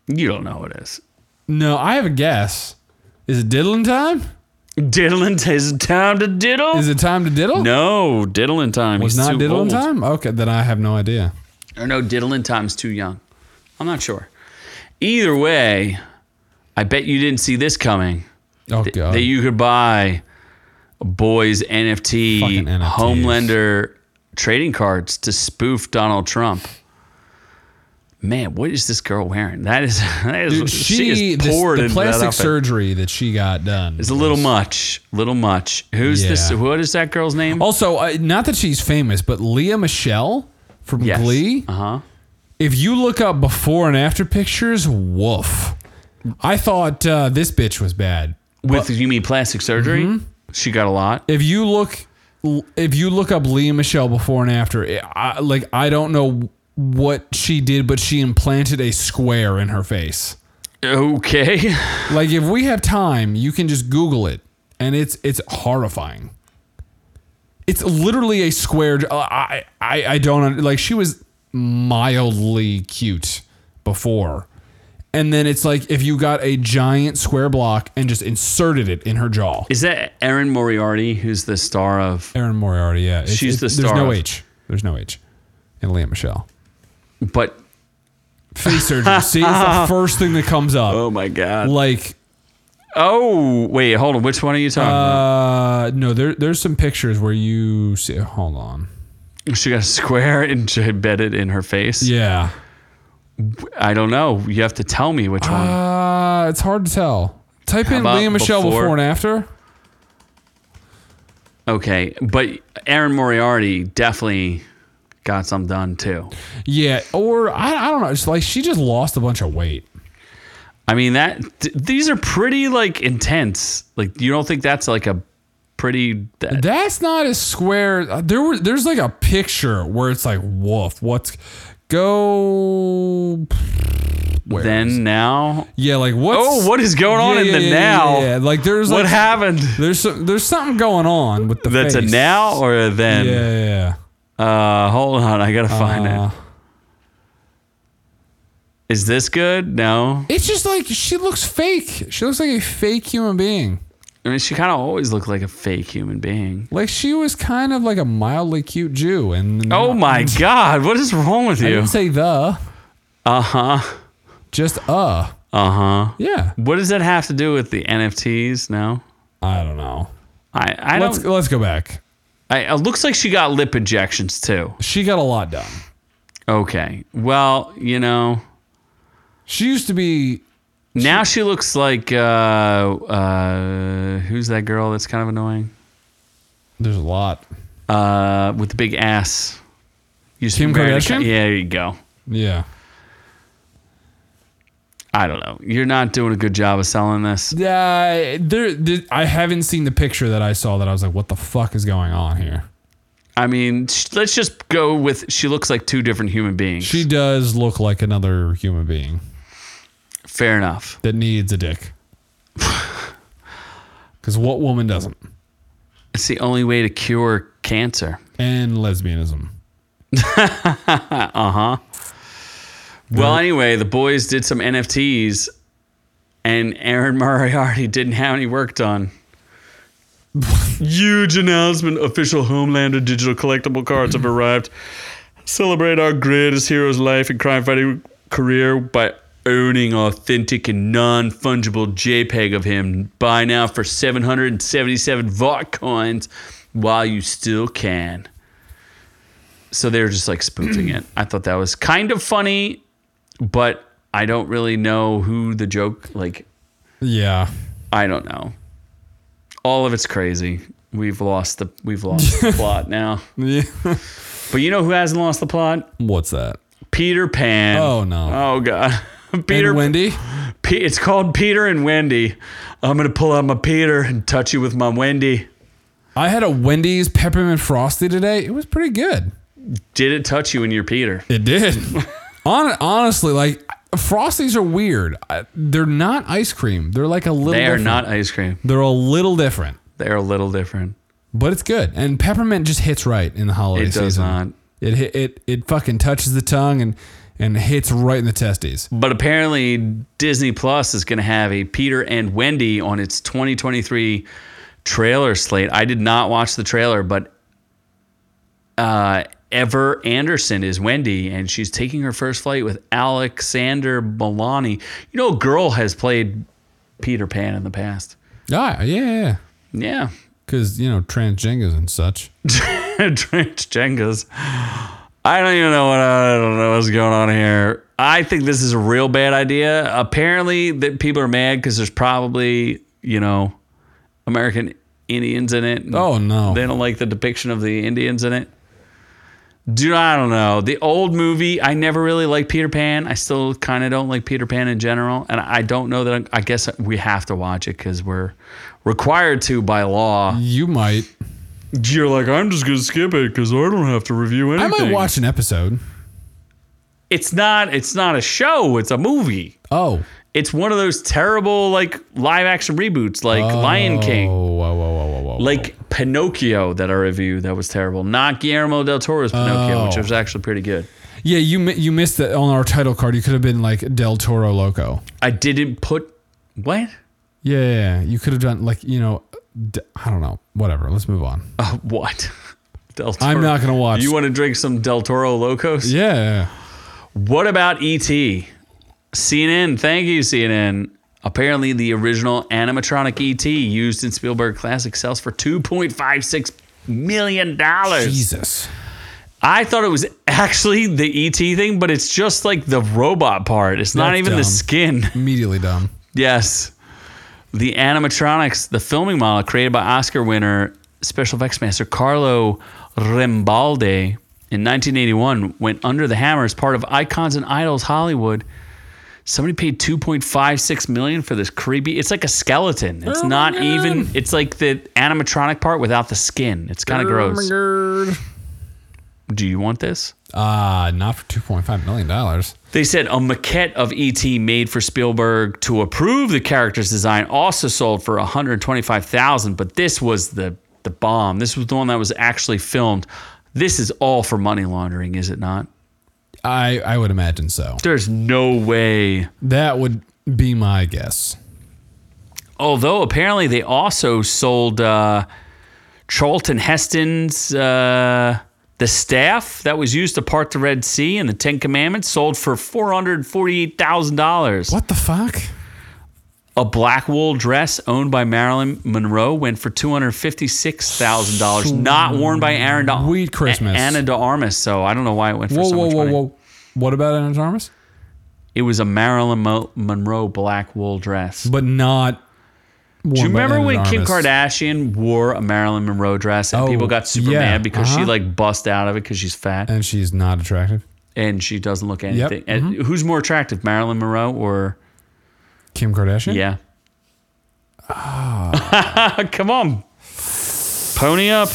Speaker 2: you don't know what it is.
Speaker 1: no, I have a guess. Is it diddling time?
Speaker 2: Diddling is it time to diddle?
Speaker 1: Is it time to diddle?
Speaker 2: no, diddling time.
Speaker 1: it's
Speaker 2: He's
Speaker 1: not
Speaker 2: too
Speaker 1: diddling
Speaker 2: old.
Speaker 1: time. Okay, then I have no idea.
Speaker 2: Or no, diddling time's too young. I'm not sure. Either way, I bet you didn't see this coming.
Speaker 1: Oh god,
Speaker 2: that you could buy a boys NFT,
Speaker 1: Fucking NFTs.
Speaker 2: Homelander trading cards to spoof Donald Trump. Man, what is this girl wearing? That is (laughs) that is
Speaker 1: Dude,
Speaker 2: she,
Speaker 1: she,
Speaker 2: is
Speaker 1: this-
Speaker 2: poured
Speaker 1: the
Speaker 2: into that
Speaker 1: plastic
Speaker 2: outfit.
Speaker 1: surgery that she got done
Speaker 2: It's a little much, little much. Who's this?
Speaker 1: Yeah.
Speaker 2: What is that girl's name?
Speaker 1: Also, uh, not that she's famous, but Leah Michelle from Glee.
Speaker 2: Uh huh.
Speaker 1: If you look up before and after pictures, woof. I thought uh, this bitch was bad.
Speaker 2: With you mean plastic surgery?
Speaker 1: Mm-hmm.
Speaker 2: She got a lot.
Speaker 1: If you look, if you look up Leah Michelle before and after, it- I, like I don't know what she did, but she implanted a square in her face.
Speaker 2: Okay. (laughs)
Speaker 1: Like if we have time, you can just Google it, and it's it's horrifying. It's literally a square. j- I I I don't un- like. She was mildly cute before, and then it's like if you got a giant square block and just inserted it in her jaw.
Speaker 2: Is that Erin Moriarty, who's the star of?
Speaker 1: Erin Moriarty, yeah, It's-
Speaker 2: She's
Speaker 1: it's-
Speaker 2: the
Speaker 1: There's
Speaker 2: star
Speaker 1: no
Speaker 2: of-
Speaker 1: H. There's no H. And Leah Michelle.
Speaker 2: But
Speaker 1: Face surgery.
Speaker 2: (laughs)
Speaker 1: See, it's the first thing that comes up.
Speaker 2: oh my god.
Speaker 1: Like
Speaker 2: Oh wait, hold on. Which one are you talking? about?
Speaker 1: Uh, no, there, there's some pictures where you see. Hold on.
Speaker 2: She got a square (laughs) and she embedded in her face.
Speaker 1: Yeah.
Speaker 2: I don't know. You have to tell me which one.
Speaker 1: Uh, it's hard to tell. Type in
Speaker 2: about
Speaker 1: Leah Michelle before?
Speaker 2: before?
Speaker 1: and after.
Speaker 2: Okay, but Aaron Moriarty definitely got some done too.
Speaker 1: Yeah, or I, I don't know. It's like she just lost a bunch of weight.
Speaker 2: I mean that th- these are pretty like intense. Like you don't think that's like a pretty that,
Speaker 1: That's not as square. uh, There were there's like a picture where it's like woof. What's go? Where is-
Speaker 2: then now?
Speaker 1: yeah, like what's
Speaker 2: Oh, what is going on
Speaker 1: Yeah,
Speaker 2: in
Speaker 1: yeah,
Speaker 2: the
Speaker 1: yeah,
Speaker 2: now?
Speaker 1: Yeah, like there's
Speaker 2: What
Speaker 1: like,
Speaker 2: happened?
Speaker 1: There's some, there's something going on with the
Speaker 2: That's a
Speaker 1: face.
Speaker 2: now or a
Speaker 1: Yeah,
Speaker 2: then?
Speaker 1: yeah, yeah.
Speaker 2: Uh, hold on, I gotta find
Speaker 1: Uh,
Speaker 2: it. Is this good? No.
Speaker 1: It's just like she looks fake. She looks like a fake human being.
Speaker 2: I mean, she kind of always looked like a fake human being.
Speaker 1: Like she was kind of like a mildly cute Jew. And
Speaker 2: Oh
Speaker 1: (laughs)
Speaker 2: my God, what is wrong with
Speaker 1: I
Speaker 2: you?
Speaker 1: didn't say the,
Speaker 2: Uh huh.
Speaker 1: just uh.
Speaker 2: Uh huh.
Speaker 1: Yeah,
Speaker 2: What does that have to do with the NFTs? No.
Speaker 1: I don't know.
Speaker 2: I I
Speaker 1: Let's
Speaker 2: don't.
Speaker 1: let's go back.
Speaker 2: I, it looks like she got lip injections too.
Speaker 1: She got a lot done.
Speaker 2: Okay. Well, you know,
Speaker 1: She used to be
Speaker 2: now she looks like uh, uh, who's that girl that's kind of annoying
Speaker 1: there's a lot.
Speaker 2: uh, with the big ass. Used to
Speaker 1: Kim
Speaker 2: be married to-
Speaker 1: Kardashian?
Speaker 2: Yeah, there you go.
Speaker 1: Yeah.
Speaker 2: I don't know. You're not doing a good job of selling this.
Speaker 1: Yeah, there, there I haven't seen the picture that I saw that I was like what the fuck is going on here?
Speaker 2: I mean, sh- let's just go with she looks like two different human beings.
Speaker 1: She does look like another human being
Speaker 2: Fair enough.
Speaker 1: that needs a (sighs) dick. Cuz what woman doesn't?
Speaker 2: It's the only way to cure cancer.
Speaker 1: And lesbianism.
Speaker 2: Well, anyway, the boys did some NFTs, and Aaron Moriarty (laughs) didn't have any work done. Huge announcement official Homelander digital collectible cards have arrived. Celebrate our greatest hero's life and crime fighting career by owning authentic and non fungible JPEG of him. Buy now for 777 VOT coins while you still can. So they're just like spoofing it. I thought that was kind of funny, but I don't really know who the joke like
Speaker 1: Yeah.
Speaker 2: I don't know. All of it's crazy. We've lost the we've
Speaker 1: (laughs)
Speaker 2: lost the plot now.
Speaker 1: Yeah.
Speaker 2: But you know who hasn't lost the plot?
Speaker 1: (laughs) What's that?
Speaker 2: Peter Pan.
Speaker 1: Oh, no.
Speaker 2: Oh god. (laughs)
Speaker 1: Peter
Speaker 2: Peter
Speaker 1: Wendy?
Speaker 2: Pe- it's called Peter and Wendy. I'm going to pull out my Peter and touch you with my Wendy.
Speaker 1: I had a Wendy's peppermint frosty today. It was pretty good.
Speaker 2: Did it touch you in your Peter?
Speaker 1: It did. (laughs) Hon- honestly, like frosties are weird. I- They're not ice cream. They're like a little.
Speaker 2: They are
Speaker 1: different.
Speaker 2: not ice cream.
Speaker 1: They're a little different,
Speaker 2: They're a little different.
Speaker 1: but it's good. And peppermint just hits right in the holiday
Speaker 2: It
Speaker 1: season.
Speaker 2: does not.
Speaker 1: It hi- it it fucking touches the tongue and and hits right in the testes.
Speaker 2: But apparently, Disney Plus is going to have a Peter and Wendy on its 2023 trailer slate. I did not watch the trailer, but uh, Ever Anderson is Wendy, and she's taking her first flight with Alexander Milani. You know, a girl has played Peter Pan in the past.
Speaker 1: Ah, yeah, yeah, yeah.
Speaker 2: Yeah.
Speaker 1: Because you know transgenders and such.
Speaker 2: (laughs) Drenched Jengas. I don't even know what I don't know what's going on here. I think this is a real bad idea. Apparently, that people are mad because there's probably you know American Indians in it. and
Speaker 1: Oh no.
Speaker 2: they don't like the depiction of the Indians in it. Dude, I don't know. The old movie, I never really liked Peter Pan. I still kind of don't like Peter Pan in general, and I don't know that. i I guess we have to watch it because we're required to by law.
Speaker 1: you might.
Speaker 2: You're like, I'm just gonna skip it because I don't have to review
Speaker 1: I
Speaker 2: anything.
Speaker 1: might watch an episode.
Speaker 2: It's not. It's not a show. It's a movie.
Speaker 1: Oh.
Speaker 2: It's one of those terrible like live action reboots, like Lion
Speaker 1: Oh,
Speaker 2: King,
Speaker 1: whoa, whoa, whoa, whoa, whoa.
Speaker 2: like Pinocchio that I reviewed. That was terrible. Not Guillermo del Toro's Pinocchio, which
Speaker 1: Oh.
Speaker 2: was actually pretty good.
Speaker 1: yeah, you mi- you missed that on our title card. You could have been like Del Toro Loco.
Speaker 2: I didn't put what?
Speaker 1: Yeah, yeah, yeah. you could have done like you know, d- I don't know, whatever. Let's move on.
Speaker 2: Uh, what? (laughs) Del Toro.
Speaker 1: I'm not gonna watch.
Speaker 2: You want to drink some Del Toro Locos?
Speaker 1: yeah, yeah,
Speaker 2: What about E ET? CNN, thank you, CNN. Apparently, the original animatronic ET used in Spielberg Classic sells for $2.56 million.
Speaker 1: yeah.
Speaker 2: dollars.
Speaker 1: Jesus.
Speaker 2: I thought it was actually the ET thing, but it's just like the robot part. It's not
Speaker 1: That's
Speaker 2: even the
Speaker 1: dumb.
Speaker 2: skin. (laughs)
Speaker 1: Immediately dumb.
Speaker 2: yes. the animatronics, the filming model created by Oscar winner special effects master Carlo Rambaldi in 1981 went under the hammer as part of Icons and Idols Hollywood. Somebody paid 2.56 million for this creepy. It's like a skeleton. It's
Speaker 1: Oh my
Speaker 2: not
Speaker 1: God.
Speaker 2: even. It's like the animatronic part without the skin. It's
Speaker 1: Oh
Speaker 2: kind of gross.
Speaker 1: gross.
Speaker 2: Do you want this?
Speaker 1: Uh, not for two point five million dollars.
Speaker 2: They said a maquette of E.T. made for Spielberg to approve the character's design also sold for 125,000, but this was the the bomb. This was the one that was actually filmed. This is all for money laundering, is it not?
Speaker 1: I I would imagine so.
Speaker 2: There's no way.
Speaker 1: That would be my guess.
Speaker 2: Although apparently they also sold uh, Charlton Heston's uh, the staff that was used to part the Red Sea and the Ten Commandments sold for four hundred forty-eight thousand dollars.
Speaker 1: What the fuck?
Speaker 2: A black wool dress owned by Marilyn Monroe went for two hundred fifty-six thousand dollars, not worn by Aaron Da-
Speaker 1: Sweet Christmas.
Speaker 2: A- Anna De Armas. So I don't know why it went for
Speaker 1: Whoa,
Speaker 2: so
Speaker 1: whoa,
Speaker 2: much
Speaker 1: whoa,
Speaker 2: money.
Speaker 1: whoa! What about Anatomus?
Speaker 2: It was a Marilyn Mo- Monroe black wool dress.
Speaker 1: But not.
Speaker 2: Do you remember when Kim Kardashian wore a Marilyn Monroe dress and
Speaker 1: Oh,
Speaker 2: people got super
Speaker 1: yeah,
Speaker 2: mad because she
Speaker 1: uh-huh. Uh,
Speaker 2: like bust out of it because she's fat
Speaker 1: And she's not attractive.
Speaker 2: and she doesn't look anything? And
Speaker 1: Mm-hmm.
Speaker 2: who's more attractive, Marilyn Monroe or
Speaker 1: Kim Kardashian.
Speaker 2: yeah?
Speaker 1: Ah.
Speaker 2: (laughs) Come on, pony up,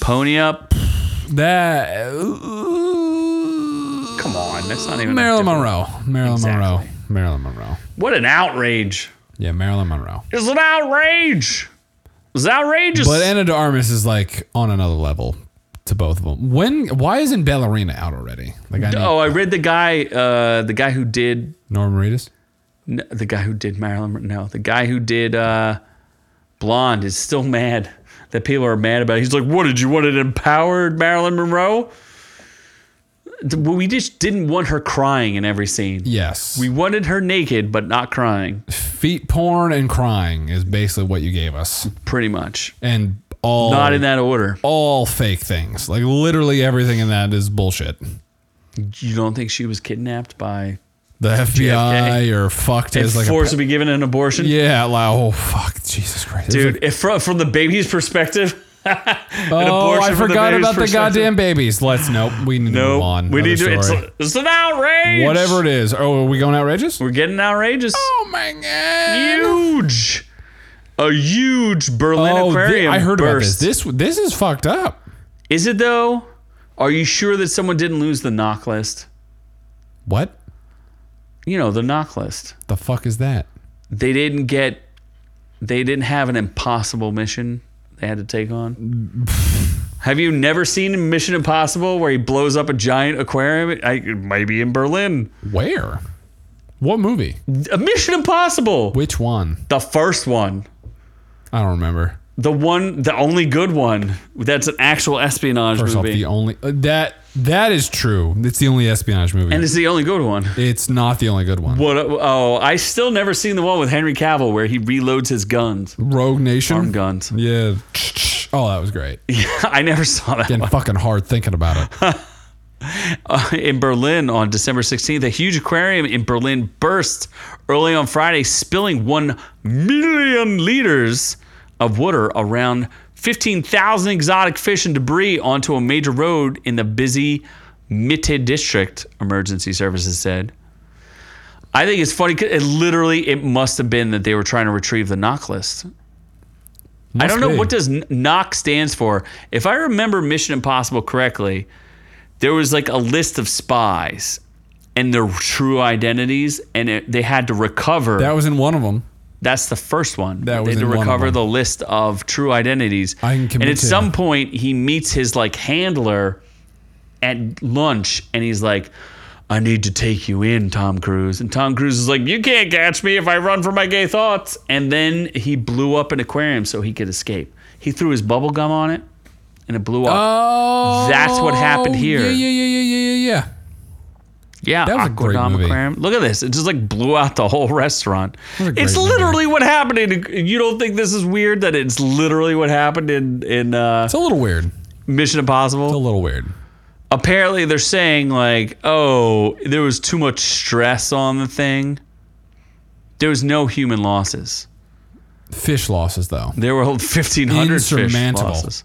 Speaker 2: pony up.
Speaker 1: That.
Speaker 2: Come on, that's not even a
Speaker 1: Marilyn
Speaker 2: different-
Speaker 1: Monroe. Marilyn Monroe.
Speaker 2: Exactly.
Speaker 1: Marilyn Monroe.
Speaker 2: What an outrage!
Speaker 1: Yeah, Marilyn Monroe.
Speaker 2: It's an outrage. It's outrageous.
Speaker 1: But Anna de Armas is like on another level to both of them. When? Why isn't Ballerina out already? Like I know
Speaker 2: oh, I read the guy, uh, the guy who did
Speaker 1: Norman Reedus.
Speaker 2: N the guy who did Marilyn, Mon- no, the guy who did uh, Blonde is still mad that people are mad about. It. He's like, "What did you want an empowered Marilyn Monroe?" Th- well, We just didn't want her crying in every scene.
Speaker 1: Yes.
Speaker 2: We wanted her naked but not crying,
Speaker 1: feet porn and crying is basically what you gave us,
Speaker 2: pretty much.
Speaker 1: and all
Speaker 2: Not in that order.
Speaker 1: all fake things. Like literally everything in that is bullshit.
Speaker 2: You don't think she was kidnapped by
Speaker 1: The FBI or fucked
Speaker 2: and
Speaker 1: as like
Speaker 2: forced
Speaker 1: a,
Speaker 2: to be given an abortion?
Speaker 1: (laughs) yeah, like oh fuck, Jesus Christ, It was
Speaker 2: Dude, if from, from the baby's perspective, (laughs)
Speaker 1: Like, oh, I
Speaker 2: abortion from the
Speaker 1: forgot
Speaker 2: baby's
Speaker 1: about the
Speaker 2: perspective.
Speaker 1: goddamn babies. Let's nope. We need to
Speaker 2: no,
Speaker 1: move on.
Speaker 2: we
Speaker 1: Another
Speaker 2: need to. It's,
Speaker 1: story.
Speaker 2: it's an outrage.
Speaker 1: whatever it is. Oh, are we going outrageous?
Speaker 2: We're getting outrageous.
Speaker 1: Oh my god.
Speaker 2: huge, a huge Berlin
Speaker 1: Oh, thi-
Speaker 2: aquarium.
Speaker 1: I heard about this.
Speaker 2: burst.
Speaker 1: This this is fucked up.
Speaker 2: Is it though? Are you sure that someone didn't lose the knock list?
Speaker 1: What
Speaker 2: You know the knock list.
Speaker 1: the fuck is that?
Speaker 2: They didn't get. They didn't have an impossible mission they had to take on.
Speaker 1: (laughs)
Speaker 2: have you never seen Mission Impossible where he blows up a giant aquarium? I, it might be in Berlin.
Speaker 1: Where? What movie?
Speaker 2: A Mission Impossible,
Speaker 1: Which one?
Speaker 2: the first one.
Speaker 1: I don't remember.
Speaker 2: The one, the only good one. That's an actual espionage
Speaker 1: First off,
Speaker 2: movie,
Speaker 1: the only uh, that that is true. It's the only espionage movie.
Speaker 2: and it's the only good one.
Speaker 1: it's not the only good one.
Speaker 2: What? Oh, I still never seen the one with Henry Cavill where he reloads his guns,
Speaker 1: Rogue Nation.
Speaker 2: arm guns. (laughs)
Speaker 1: Yeah. Oh, that was great.
Speaker 2: I never saw that
Speaker 1: Getting
Speaker 2: one.
Speaker 1: fucking hard thinking about it.
Speaker 2: Uh, in Berlin on December 16th. A huge aquarium in Berlin burst early on Friday, spilling one million liters of water around 15,000 exotic fish and debris onto a major road in the busy Mitte district. Emergency services said. I think it's funny. 'cause It literally, it must have been that they were trying to retrieve the knock list. I don't know
Speaker 1: Must be.
Speaker 2: what does N- knock stands for. If I remember Mission Impossible correctly, there was like a list of spies and their true identities, and it, they had to recover.
Speaker 1: That was in one of them.
Speaker 2: That's the first one.
Speaker 1: That
Speaker 2: they
Speaker 1: was
Speaker 2: had to
Speaker 1: in one of
Speaker 2: recover
Speaker 1: them.
Speaker 2: the list of true identities.
Speaker 1: I can
Speaker 2: and
Speaker 1: commit
Speaker 2: at
Speaker 1: to
Speaker 2: some
Speaker 1: that.
Speaker 2: point, he meets his like handler at lunch, and he's like. I need to take you in, Tom Cruise. And Tom Cruise is like, You can't catch me if I run from my gay thoughts. And then he blew up an aquarium so he could escape. He threw his bubble gum on it and it blew up.
Speaker 1: Oh,
Speaker 2: (laughs) That's what happened here.
Speaker 1: Yeah, yeah, yeah, yeah, yeah, yeah. yeah.
Speaker 2: Yeah,
Speaker 1: That was a great
Speaker 2: Aquadom
Speaker 1: movie.
Speaker 2: Aquarium. Look at this. It just like blew out the whole restaurant.
Speaker 1: was a great
Speaker 2: It's
Speaker 1: movie.
Speaker 2: literally what happened in you don't think this is weird that it's literally what happened in in uh,
Speaker 1: It's a little weird.
Speaker 2: Mission Impossible?
Speaker 1: It's a little weird.
Speaker 2: Apparently they're saying like, "Oh, there was too much stress on the thing." There was no human losses.
Speaker 1: Fish losses, though.
Speaker 2: There were (laughs) 1,500 fish
Speaker 1: Insurmountable.
Speaker 2: losses.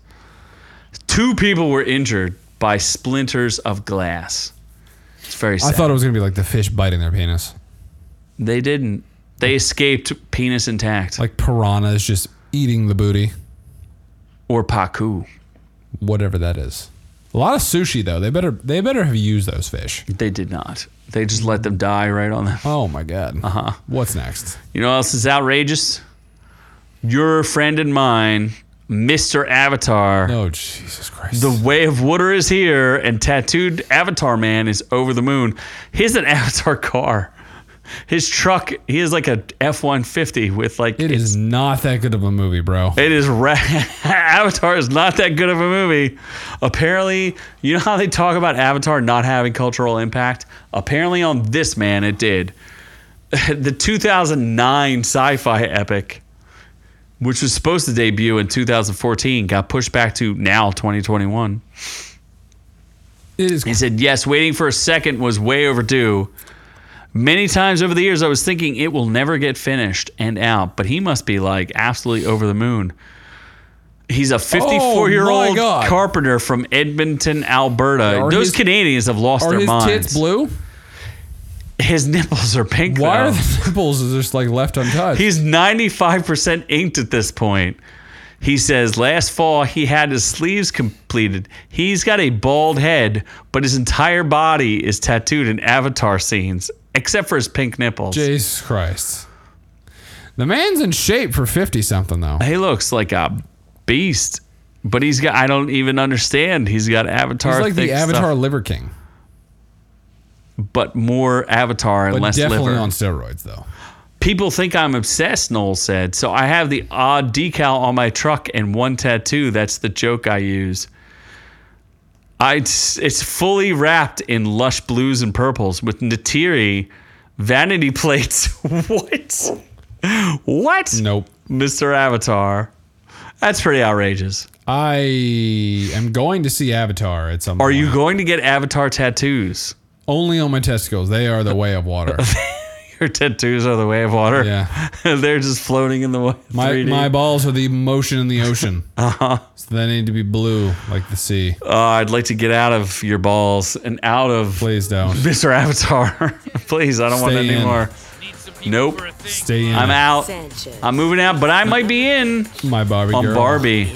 Speaker 2: Two people were injured by splinters of glass. It's very sad.
Speaker 1: I thought it was going to be like the fish biting their penis.
Speaker 2: they didn't. They escaped penis intact
Speaker 1: Like piranhas just eating the booty,
Speaker 2: or paku.
Speaker 1: whatever that is. A lot of sushi though. They better they better have used those fish.
Speaker 2: They did not. They just let them die right on them.
Speaker 1: Oh my god. Uh-huh. What's next?
Speaker 2: You know what else is outrageous? Your friend and mine, Mr. Avatar.
Speaker 1: Oh Jesus Christ.
Speaker 2: The Way of Water is here, and tattooed Avatar Man is over the moon. He's an (laughs) Avatar car. His truck, he is like a F one fifty with like
Speaker 1: it is not that good of a movie, bro.
Speaker 2: It is ra- (laughs) Avatar is not that good of a movie. Apparently, you know how they talk about Avatar not having cultural impact? Apparently, on this man, it did. (laughs) the 2009 sci fi epic, which was supposed to debut in 2014, got pushed back to now 2021.
Speaker 1: It is
Speaker 2: He said, Yes, waiting for a second was way overdue. Many times over the years, I was thinking it will never get finished and out, but he must be like absolutely over the moon. He's a 54 year
Speaker 1: Oh my
Speaker 2: old
Speaker 1: God.
Speaker 2: carpenter from Edmonton, Alberta.
Speaker 1: Are
Speaker 2: Those
Speaker 1: his-
Speaker 2: Canadians have lost
Speaker 1: Are
Speaker 2: their
Speaker 1: his
Speaker 2: minds.
Speaker 1: tits blue?
Speaker 2: His nipples are pink.
Speaker 1: Why are
Speaker 2: though.
Speaker 1: the nipples just like left untouched?
Speaker 2: He's 95% inked at this point. He says last fall he had his sleeves completed. He's got a bald head, but his entire body is tattooed in avatar scenes, except for his pink nipples.
Speaker 1: Jesus Christ. The man's in shape for 50 something though.
Speaker 2: he looks like a beast, but he's got I don't even understand. He's got avatar
Speaker 1: He's like
Speaker 2: thick
Speaker 1: the Avatar
Speaker 2: stuff,
Speaker 1: Liver King,
Speaker 2: but more avatar and
Speaker 1: but
Speaker 2: less
Speaker 1: definitely
Speaker 2: liver.
Speaker 1: on steroids though.
Speaker 2: People think I'm obsessed, Noel said. So I have the odd decal on my truck and one tattoo. That's the joke I use. I, it's fully wrapped in lush blues and purples with Natiri vanity (laughs) plates. what? What?
Speaker 1: Nope.
Speaker 2: Mr. Avatar. That's pretty outrageous.
Speaker 1: I am going to see Avatar at some
Speaker 2: Are
Speaker 1: point.
Speaker 2: you going to get Avatar tattoos? (laughs)
Speaker 1: Only on my testicles. They are the way of water.
Speaker 2: Your tattoos are the way of water.
Speaker 1: Yeah.
Speaker 2: (laughs) They're just floating in the wa-
Speaker 1: My
Speaker 2: 3D.
Speaker 1: my balls are the motion in the
Speaker 2: (laughs)
Speaker 1: ocean. Uh-huh. So they need to be blue like the sea.
Speaker 2: Oh, I'd like to get out of your balls and out of
Speaker 1: Please don't.
Speaker 2: (laughs) Mr. Avatar. (laughs) Please, I don't want
Speaker 1: Stay
Speaker 2: any
Speaker 1: in.
Speaker 2: more.
Speaker 3: Need some people
Speaker 2: Nope.
Speaker 3: for a thing.
Speaker 1: Stay in
Speaker 2: I'm
Speaker 1: it,
Speaker 2: out.
Speaker 4: Sanchez.
Speaker 2: I'm moving out, but I might be in
Speaker 1: my Barbie
Speaker 2: on
Speaker 1: girl.
Speaker 2: Barbie.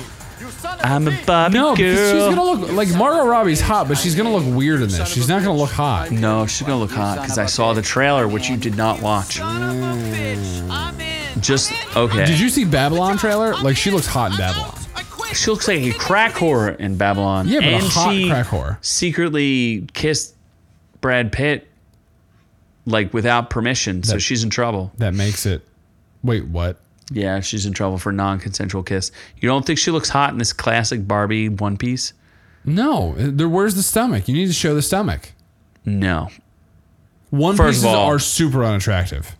Speaker 2: I'm a Barbie
Speaker 1: No, because she's
Speaker 2: girl.
Speaker 1: gonna look like Margot Robbie's hot, but she's gonna look weird in this. She's not gonna look hot.
Speaker 2: no, she's gonna look hot because I saw the trailer, which you did not watch.
Speaker 3: Son of a bitch. I'm in.
Speaker 2: Just
Speaker 3: I'm in.
Speaker 2: okay.
Speaker 1: Did you see Babylon trailer?
Speaker 3: I'm
Speaker 1: Like she
Speaker 3: in.
Speaker 1: looks hot in
Speaker 3: I'm
Speaker 1: Babylon.
Speaker 3: out. I quit.
Speaker 2: She looks like a crack whore in Babylon.
Speaker 1: Yeah, but
Speaker 2: and
Speaker 1: a hot
Speaker 2: she
Speaker 1: crack whore.
Speaker 2: secretly kissed Brad Pitt, like without permission. so
Speaker 1: That-
Speaker 2: she's in trouble.
Speaker 1: That makes it. Wait, what?
Speaker 2: Yeah, she's in trouble for non-consensual kiss. You don't think she looks hot in this classic Barbie one piece?
Speaker 1: No, there. Where's the stomach? You need to show the stomach.
Speaker 2: No.
Speaker 1: One
Speaker 2: First of
Speaker 1: pieces
Speaker 2: all-
Speaker 1: are super unattractive.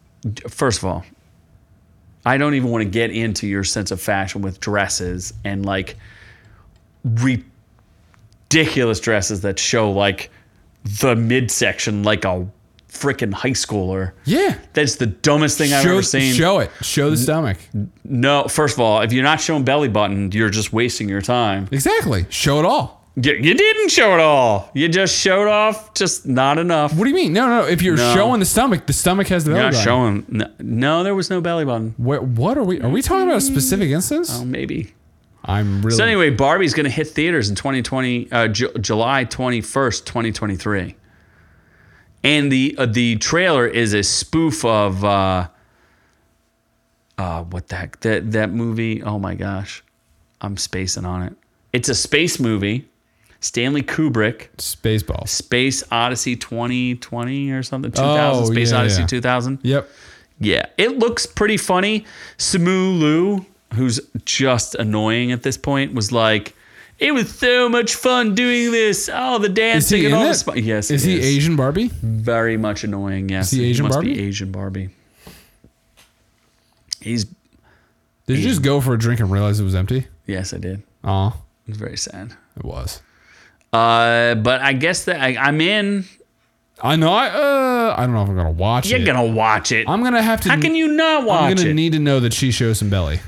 Speaker 2: first of all, I don't even want to get into your sense of fashion with dresses and like ridiculous dresses that show like the midsection like a freaking high schooler.
Speaker 1: Yeah.
Speaker 2: That's the dumbest thing I've
Speaker 1: show,
Speaker 2: ever seen.
Speaker 1: show it. Show the stomach.
Speaker 2: No, first of all, if you're not showing belly button, you're just wasting your time.
Speaker 1: Exactly. Show it all.
Speaker 2: You, you didn't show it all. You just showed off just not enough.
Speaker 1: What do you mean? No, no. If you're
Speaker 2: No.
Speaker 1: showing the stomach, the stomach has the belly
Speaker 2: You're not
Speaker 1: button.
Speaker 2: showing. No, no, there was no belly button.
Speaker 1: Wait, what are we? Are we talking about a specific instance?
Speaker 2: Oh, maybe.
Speaker 1: I'm really.
Speaker 2: So anyway, Barbie's going to hit theaters in 2020, uh, Ju- July 21st, 2023. And the uh, the trailer is a spoof of uh, uh, what the heck that that movie? Oh my gosh, I'm spacing on it. It's a space movie, Stanley Kubrick,
Speaker 1: Spaceballs.
Speaker 2: Space Odyssey 2020 or something, 2000,
Speaker 1: Oh,
Speaker 2: Space
Speaker 1: yeah,
Speaker 2: Odyssey
Speaker 1: yeah.
Speaker 2: 2000.
Speaker 1: Yep.
Speaker 2: Yeah, it looks pretty funny. Samu Lu, who's just annoying at this point, was like, "It was so much fun doing this. All the
Speaker 1: Is he
Speaker 2: dancing
Speaker 1: in
Speaker 2: and all
Speaker 1: it?
Speaker 2: the sp-. yes."
Speaker 1: Is he Asian Barbie?
Speaker 2: Very much annoying. Yes,
Speaker 1: he Asian
Speaker 2: must be
Speaker 1: Barbie?
Speaker 2: Asian Barbie. He's
Speaker 1: Did you just go for a drink and realize it was empty?
Speaker 2: yes, I did.
Speaker 1: Oh,
Speaker 2: It was very sad.
Speaker 1: it was.
Speaker 2: Uh, but I guess that I, I'm in.
Speaker 1: I know. I uh, gonna. I don't know if I'm gonna watch
Speaker 2: You're
Speaker 1: it.
Speaker 2: gonna watch it.
Speaker 1: I'm gonna have to.
Speaker 2: How can you not
Speaker 1: I'm
Speaker 2: watch
Speaker 1: gonna
Speaker 2: it?
Speaker 1: need to know that she shows some belly.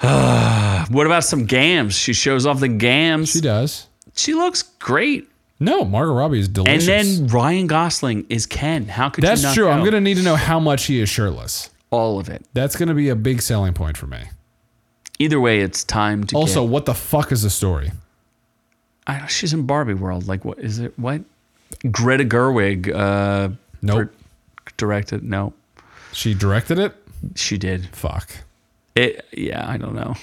Speaker 2: what about some gams? She shows off the gams.
Speaker 1: She
Speaker 2: She,
Speaker 1: does.
Speaker 2: looks great.
Speaker 1: No, Margot Robbie is
Speaker 2: And
Speaker 1: delicious.
Speaker 2: then Ryan Gosling is Ken. How could you
Speaker 1: that's
Speaker 2: not
Speaker 1: true. I'm
Speaker 2: know?
Speaker 1: gonna need to know how much he is shirtless.
Speaker 2: all of it.
Speaker 1: That's gonna be a big selling point for me.
Speaker 2: Either way, it's time to
Speaker 1: Also,
Speaker 2: Get,
Speaker 1: what the fuck is the story?
Speaker 2: I, she's in Barbie world. Like, what is it? What? Greta Gerwig. Uh,
Speaker 1: Nope.
Speaker 2: pr- directed. No,
Speaker 1: She directed it.
Speaker 2: she did.
Speaker 1: Fuck.
Speaker 2: It. Yeah, I don't know.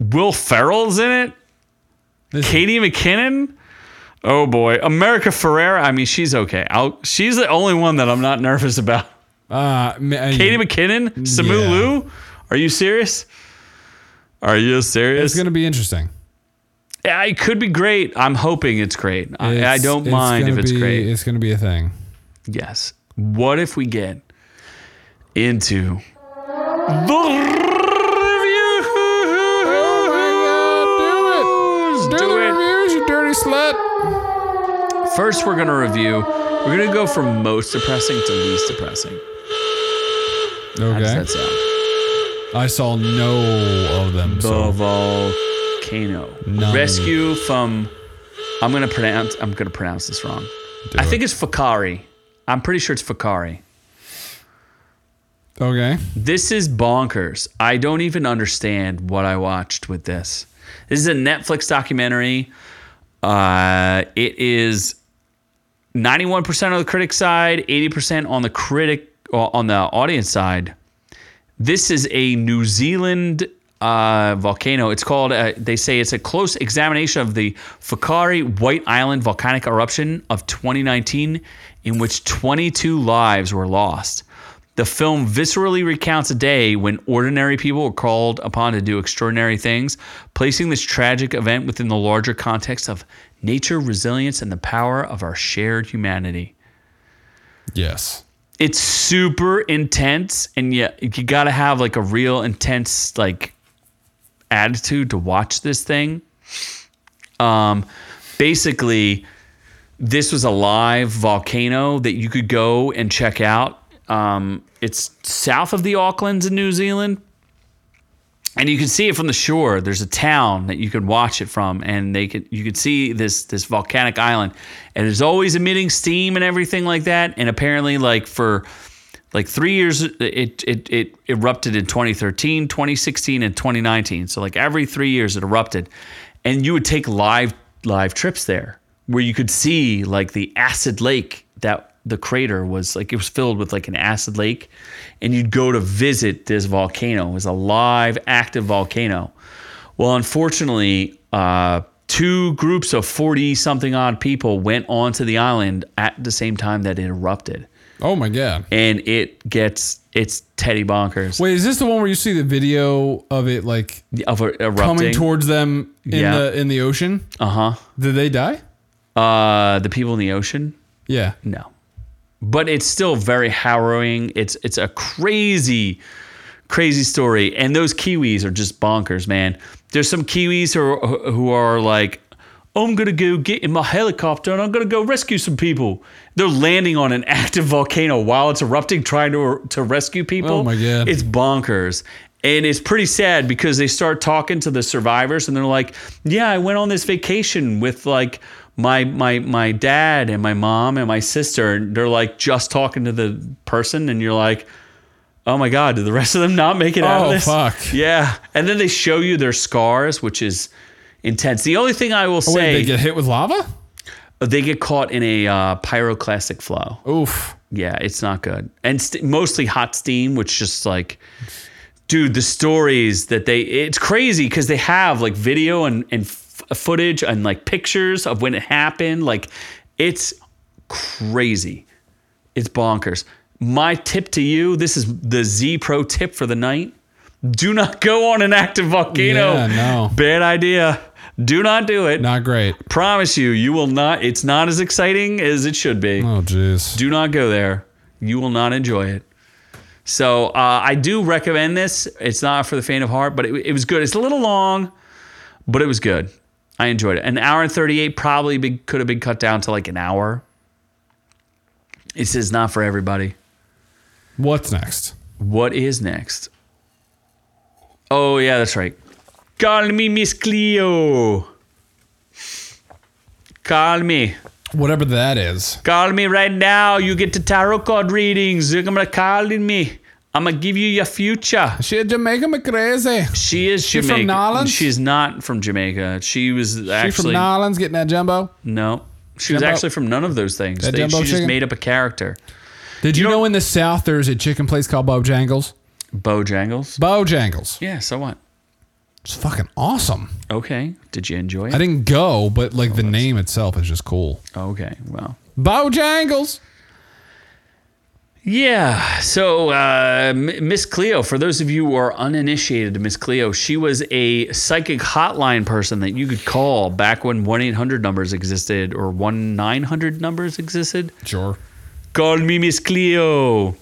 Speaker 2: Will Ferrell's in it.
Speaker 1: This-
Speaker 2: Katie McKinnon. Oh boy, America Ferrera. I mean, she's okay. I'll, she's the only one that I'm not nervous about.
Speaker 1: Uh, ma-
Speaker 2: Katie McKinnon, Samu
Speaker 1: Yeah.
Speaker 2: Liu. Are you serious? Are you serious?
Speaker 1: It's gonna be interesting.
Speaker 2: Yeah, it could be great. I'm hoping it's great. I, I
Speaker 1: It's-
Speaker 2: don't
Speaker 1: it's
Speaker 2: mind if
Speaker 1: gonna
Speaker 2: it's
Speaker 1: be-
Speaker 2: great.
Speaker 1: It's gonna be a thing.
Speaker 2: Yes. What if we get into the reviews?
Speaker 1: Do the reviews, you dirty slut.
Speaker 2: First, we're going to review. We're going to go from most depressing to least depressing. How does
Speaker 1: Okay.
Speaker 2: that sound?
Speaker 1: I saw no of them.
Speaker 2: The
Speaker 1: So
Speaker 2: volcano
Speaker 1: None.
Speaker 2: rescue from. I'm gonna pronounce. I'm gonna pronounce this wrong. I
Speaker 1: it.
Speaker 2: think it's Fakari. I'm pretty sure it's Fakari.
Speaker 1: okay.
Speaker 2: This is bonkers. I don't even understand what I watched with this. This is a Netflix documentary. Uh, it is 91% on the critic side, 80% on the critic uh, on the audience side. This is a New Zealand uh, volcano. It's called. Uh, they say it's a close examination of the Fakari White Island volcanic eruption of 2019, in which 22 lives were lost. The film viscerally recounts a day when ordinary people were called upon to do extraordinary things, placing this tragic event within the larger context of nature, resilience, and the power of our shared humanity
Speaker 1: Yes.
Speaker 2: it's super intense and yet you gotta have like a real intense like attitude to watch this thing um basically this was a live volcano that you could go and check out um it's south of the aucklands in new zealand and you can see it from the shore. There's a town that you can watch it from, and they could you could see this this volcanic island, and it's always emitting steam and everything like that. And apparently, like for like three years, it it it erupted in 2013, 2016, and 2019. So like every three years, it erupted, and you would take live live trips there where you could see like the acid lake that the crater was like it was filled with like an acid lake and you'd go to visit this volcano it was a live active volcano well unfortunately uh, two groups of 40 something odd people went onto the island at the same time that it erupted
Speaker 1: Oh my god.
Speaker 2: and it gets it's teddy bonkers
Speaker 1: Wait, is this the one where you see the video of it like
Speaker 2: of a-
Speaker 1: coming
Speaker 2: erupting
Speaker 1: towards them in
Speaker 2: Yeah.
Speaker 1: the in the ocean?
Speaker 2: uh-huh
Speaker 1: Did they die?
Speaker 2: uh the people in the ocean
Speaker 1: Yeah.
Speaker 2: No. But it's still very harrowing. It's it's a crazy, crazy story. And those Kiwis are just bonkers, man. There's some Kiwis who are, who are like, I'm gonna go get in my helicopter and I'm gonna go rescue some people. They're landing on an active volcano while it's erupting, trying to to rescue people.
Speaker 1: Oh my God.
Speaker 2: It's bonkers. And it's pretty sad because they start talking to the survivors and they're like, "Yeah, I went on this vacation with like my my my dad and my mom and my sister." And they're like just talking to the person and you're like, "Oh my god, did the rest of them not make it out of
Speaker 1: Oh,
Speaker 2: this?"
Speaker 1: fuck.
Speaker 2: Yeah. And then they show you their scars, which is intense. The only thing I will
Speaker 1: Oh, Wait,
Speaker 2: say,
Speaker 1: they get hit with lava?
Speaker 2: they get caught in a uh, pyroclastic flow.
Speaker 1: Oof.
Speaker 2: Yeah, it's not good. And st- mostly hot steam, which just like, dude, the stories that they, it's crazy because they have like video and, and f- footage and like pictures of when it happened. Like, it's crazy. It's bonkers. My tip to you this is the Z Pro tip for the night. Do not go on an active volcano.
Speaker 1: Yeah, no.
Speaker 2: Bad idea. Do not do it.
Speaker 1: Not great.
Speaker 2: Promise you, you will not. It's not as exciting as it should be.
Speaker 1: Oh jeez.
Speaker 2: Do not go there. You will not enjoy it. So uh, I do recommend this. It's not for the faint of heart, but it, it was good. It's a little long, but it was good. I enjoyed it. An hour and 38 probably be, could have been cut down to like an hour. It says not for everybody.
Speaker 1: What's next?
Speaker 2: What is next? Oh yeah, that's right. Call me Miss Cleo. Call me.
Speaker 1: Whatever that is.
Speaker 2: Call me right now. You get the tarot card readings. You're gonna call in me. I'm gonna give you your future.
Speaker 1: Shit, Jamaica me crazy.
Speaker 2: She is
Speaker 1: from
Speaker 2: Jamaican.
Speaker 1: Nolans?
Speaker 2: She's not from Jamaica. She was
Speaker 1: She from
Speaker 2: actually
Speaker 1: Nolans getting that jumbo.
Speaker 2: no. She was
Speaker 1: Jumbo-
Speaker 2: actually from none of those things.
Speaker 1: That
Speaker 2: They- she
Speaker 1: jumbo
Speaker 2: just
Speaker 1: chicken?
Speaker 2: made up a character.
Speaker 1: Did you, know in the South there's a chicken place called Bojangles?
Speaker 2: Bojangles.
Speaker 1: Bojangles.
Speaker 2: Yeah. So what?
Speaker 1: It's fucking awesome.
Speaker 2: Okay. Did you enjoy
Speaker 1: I
Speaker 2: it?
Speaker 1: didn't go, but like the name itself is just cool.
Speaker 2: Okay. Well.
Speaker 1: Bojangles.
Speaker 2: Yeah. So, uh, M- Miss Cleo, for those of you who are uninitiated to Miss Cleo, she was a psychic hotline person that you could call back when 1 800 numbers existed or 1 900 numbers existed.
Speaker 1: Sure.
Speaker 2: Call me Miss Cleo.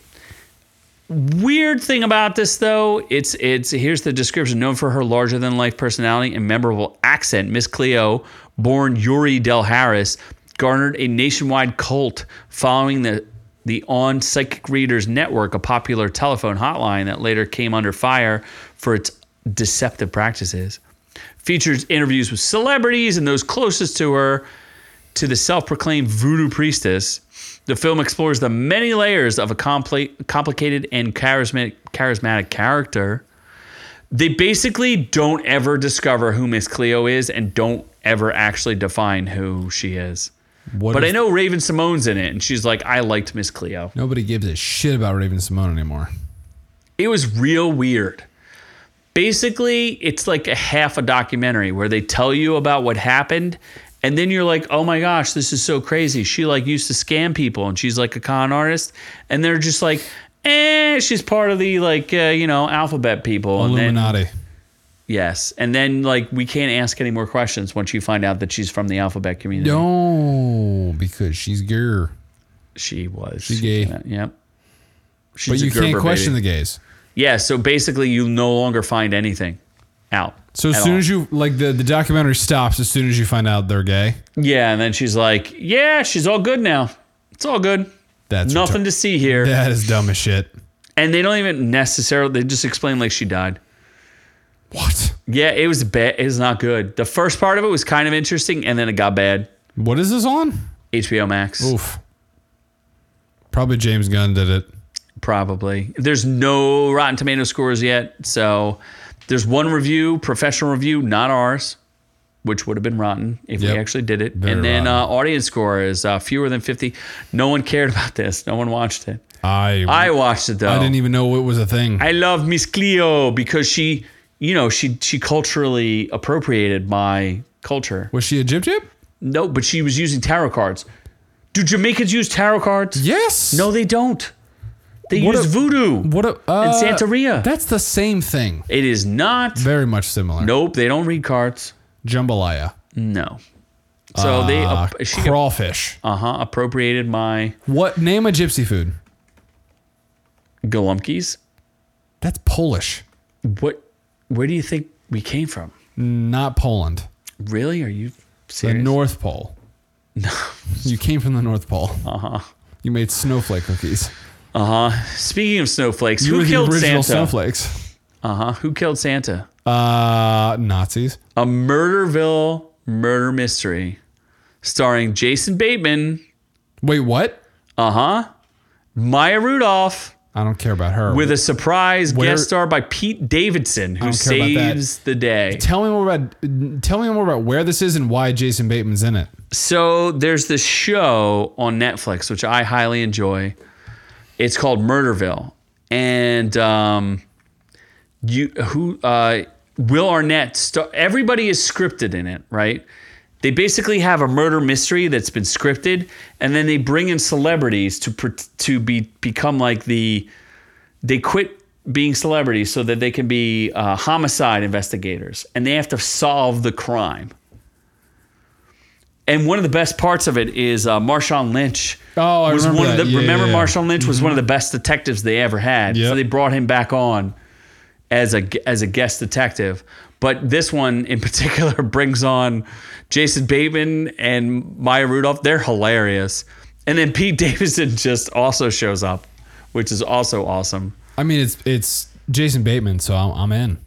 Speaker 2: Weird thing about this though, it's it's here's the description. Known for her larger than life personality and memorable accent, Miss Cleo, born Yuri Del Harris, garnered a nationwide cult following the the On Psychic Readers Network, a popular telephone hotline that later came under fire for its deceptive practices. Features interviews with celebrities and those closest to her to the self proclaimed voodoo priestess. The film explores the many layers of a compli- complicated and charismatic, charismatic character. They basically don't ever discover who Miss Cleo is and don't ever actually define who she is.
Speaker 1: What
Speaker 2: But
Speaker 1: if-
Speaker 2: I know Raven Simone's in it, and she's like, I liked Miss Cleo.
Speaker 1: Nobody gives a shit about Raven Simone anymore.
Speaker 2: It was real weird. Basically, it's like a half a documentary where they tell you about what happened and then you're like, "Oh my gosh, this is so crazy. She like used to scam people and she's like a con artist." And they're just like, "Eh, she's part of the like, uh, you know, alphabet people." And then-
Speaker 1: Illuminati.
Speaker 2: yes. And then like we can't ask any more questions once you find out that she's from the alphabet community.
Speaker 1: No, because she's gear.
Speaker 2: She was.
Speaker 1: She's gay.
Speaker 2: Yep. She's
Speaker 1: But
Speaker 2: a
Speaker 1: you
Speaker 2: Gerber
Speaker 1: can't question
Speaker 2: baby.
Speaker 1: the gays.
Speaker 2: Yeah, so basically you no longer find anything out.
Speaker 1: So as
Speaker 2: at
Speaker 1: soon
Speaker 2: all.
Speaker 1: as you like the, the documentary stops as soon as you find out they're gay.
Speaker 2: Yeah, and then she's like, "Yeah, she's all good now. It's all good.
Speaker 1: That's
Speaker 2: Nothing to see here."
Speaker 1: retar- that is dumb as shit.
Speaker 2: And they don't even necessarily. They just explain like she died.
Speaker 1: What?
Speaker 2: Yeah, it was bad. It was not good. The first part of it was kind of interesting, and then it got bad.
Speaker 1: What is this on?
Speaker 2: HBO Max,
Speaker 1: Oof. Probably James Gunn did it.
Speaker 2: probably. There's no Rotten Tomato scores yet, so there's one review, professional review, not ours, which would have been rotten if
Speaker 1: Yep.
Speaker 2: we actually did it.
Speaker 1: Very
Speaker 2: and then uh,
Speaker 1: rotten.
Speaker 2: audience score is uh, fewer than 50. No one cared (laughs) about this. No one watched it.
Speaker 1: I
Speaker 2: I
Speaker 1: I,
Speaker 2: watched it though.
Speaker 1: didn't even know it was a thing.
Speaker 2: I love Miss Cleo because she, you know, she she culturally appropriated my culture.
Speaker 1: was she a jib jib?
Speaker 2: No, but she was using tarot cards. Do Jamaicans use tarot cards?
Speaker 1: Yes.
Speaker 2: No, they don't. They
Speaker 1: What
Speaker 2: use
Speaker 1: a-
Speaker 2: voodoo.
Speaker 1: What a uh,
Speaker 2: Santeria.
Speaker 1: That's the same thing.
Speaker 2: It is not.
Speaker 1: Very much similar.
Speaker 2: Nope, they don't read cards.
Speaker 1: Jambalaya.
Speaker 2: No. So they
Speaker 1: Uh,
Speaker 2: uh, she
Speaker 1: crawfish.
Speaker 2: uh huh appropriated my
Speaker 1: What name a gypsy food?
Speaker 2: galumpkies.
Speaker 1: That's Polish,
Speaker 2: What? Where do you think we came from?
Speaker 1: not Poland.
Speaker 2: Really? Are you
Speaker 1: The
Speaker 2: serious?
Speaker 1: North Pole. you came from the North Pole.
Speaker 2: uh huh.
Speaker 1: You made snowflake cookies.
Speaker 2: Uh huh. Speaking of snowflakes,
Speaker 1: You
Speaker 2: who
Speaker 1: were the
Speaker 2: killed
Speaker 1: original
Speaker 2: Santa?
Speaker 1: snowflakes.
Speaker 2: Uh huh. Who killed Santa?
Speaker 1: Uh, Nazis.
Speaker 2: A Murderville murder mystery starring Jason Bateman,
Speaker 1: Wait, what?
Speaker 2: uh huh, Maya Rudolph,
Speaker 1: I don't care about her.
Speaker 2: with a surprise
Speaker 1: Where-
Speaker 2: guest star by Pete Davidson, who
Speaker 1: don't care about that.
Speaker 2: saves the day.
Speaker 1: tell me more about tell me more about where this is and why Jason Bateman's in it.
Speaker 2: So there's this show on Netflix, which I highly enjoy. It's called Murderville. And um, you who uh, Will Arnett sta- everybody is scripted in it, right? They basically have a murder mystery that's been scripted, and then they bring in celebrities to pr- to be become like the they quit being celebrities so that they can be uh, homicide investigators, and they have to solve the crime. And one of the best parts of it is uh, Marshawn Lynch.
Speaker 1: Oh, I
Speaker 2: was
Speaker 1: remember
Speaker 2: one of
Speaker 1: that.
Speaker 2: the,
Speaker 1: Yeah,
Speaker 2: remember
Speaker 1: yeah, yeah.
Speaker 2: Marshawn Lynch was one of the best detectives they ever had. So
Speaker 1: Yep.
Speaker 2: they brought him back on as a as a guest detective. But this one in (laughs) particular brings on Jason Bateman and Maya Rudolph. They're hilarious. And then Pete Davidson (laughs) just also shows up, which is also awesome.
Speaker 1: I mean, it's it's Jason Bateman, so I'm, I'm in.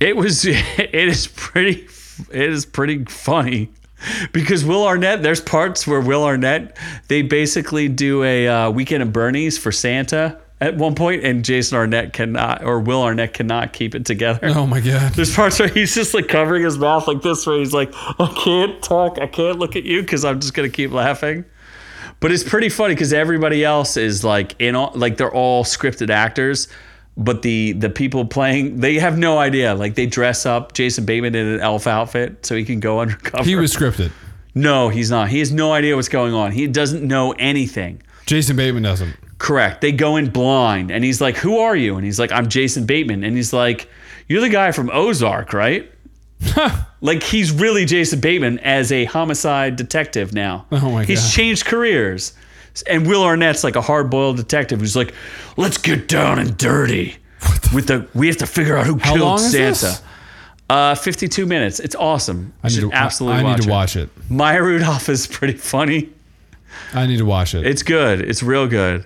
Speaker 2: It was (laughs) it is pretty it is pretty funny because Will Arnett there's parts where Will Arnett they basically do a uh, weekend at Bernie's for Santa at one point and Jason Arnett cannot or Will Arnett cannot keep it together.
Speaker 1: Oh my god.
Speaker 2: There's parts where he's just like covering his mouth like this, where he's like, I can't talk, I can't look at you because I'm just gonna keep laughing. But it's pretty funny because everybody else is like in all, like they're all scripted actors, but the the people playing they have no idea. Like they dress up Jason Bateman in an elf outfit so he can go (laughs) undercover.
Speaker 1: He was scripted.
Speaker 2: no, he's not. He has no idea what's going on. He doesn't know anything.
Speaker 1: Jason Bateman doesn't.
Speaker 2: Correct. They go in blind, and he's like, "Who are you?" And he's like, "I'm Jason Bateman." And he's like, "You're the guy from Ozark, right?" like he's really Jason Bateman as a homicide detective now.
Speaker 1: Oh my
Speaker 2: He's
Speaker 1: God.
Speaker 2: changed careers, and Will Arnett's like a hard-boiled detective who's like, "Let's get down and dirty with the. We have to figure out who
Speaker 1: How
Speaker 2: killed
Speaker 1: long is
Speaker 2: Santa."
Speaker 1: this?
Speaker 2: Uh, 52 minutes. It's awesome. I
Speaker 1: I need
Speaker 2: should
Speaker 1: to I,
Speaker 2: absolutely
Speaker 1: I
Speaker 2: watch,
Speaker 1: need to
Speaker 2: it.
Speaker 1: watch it.
Speaker 2: Maya Rudolph is pretty funny.
Speaker 1: I need to watch it.
Speaker 2: It's good. It's real good.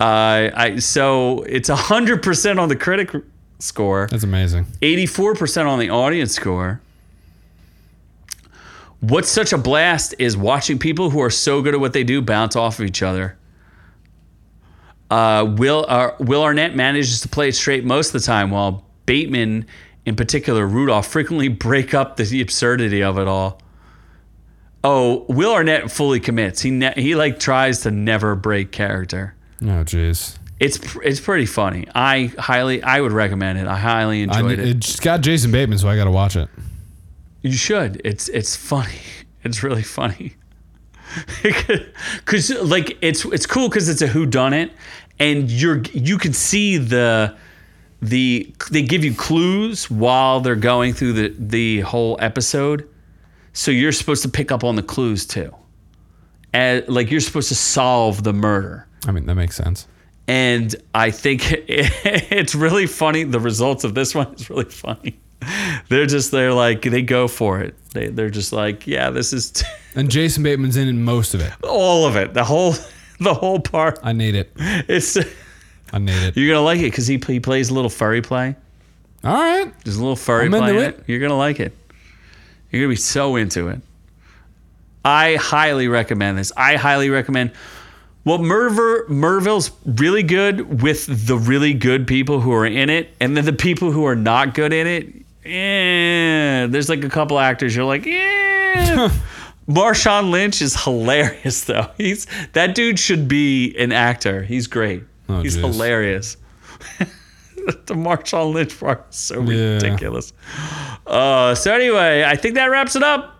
Speaker 2: Uh, I so it's hundred percent on the critic score,
Speaker 1: That's amazing.
Speaker 2: eighty four percent on the audience score. What's such a blast is watching people who are so good at what they do bounce off of each other. Uh, Will uh, Will Arnett manages to play it straight most of the time, while Bateman, in particular Rudolph, frequently break up the absurdity of it all. Oh, Will Arnett fully commits. He ne- he like tries to never break character.
Speaker 1: Oh jeez.
Speaker 2: It's pr- it's pretty funny. I highly I would recommend it. I highly
Speaker 1: I need,
Speaker 2: enjoyed it.
Speaker 1: it's got Jason Bateman, so I got to watch it.
Speaker 2: You should. It's it's funny. (laughs) It's really funny. (laughs) Cause like it's it's cool because it's a who done it, and you're you can see the the they give you clues while they're going through the the whole episode, so you're supposed to pick up on the clues too, and like you're supposed to solve the murder.
Speaker 1: I mean, that makes sense.
Speaker 2: and I think (laughs) it's really funny. The results of this (laughs) one is really funny. They're just they're like they go for it. They they're just like yeah, this is t-
Speaker 1: And Jason Bateman's in, in most of it.
Speaker 2: all of it. The whole (laughs) the whole part.
Speaker 1: I need it.
Speaker 2: It's
Speaker 1: I need it.
Speaker 2: you're gonna like it because he he plays a little furry play.
Speaker 1: All right.
Speaker 2: There's a little furry
Speaker 1: I'm
Speaker 2: play.
Speaker 1: into
Speaker 2: in it. You're gonna like it. You're gonna be so into it. I highly recommend this. I highly recommend. Well, Merver Merville's really good with the really good people who are in it, and then the people who are not good in it. Yeah, there's like a couple actors you're
Speaker 1: (laughs)
Speaker 2: like, yeah. Marshawn Lynch is hilarious though. He's that dude should be an actor. He's great.
Speaker 1: Oh,
Speaker 2: He's
Speaker 1: jeez.
Speaker 2: hilarious. (laughs) the Marshawn Lynch part is so
Speaker 1: Yeah.
Speaker 2: ridiculous. Uh, so anyway, I think that wraps it up.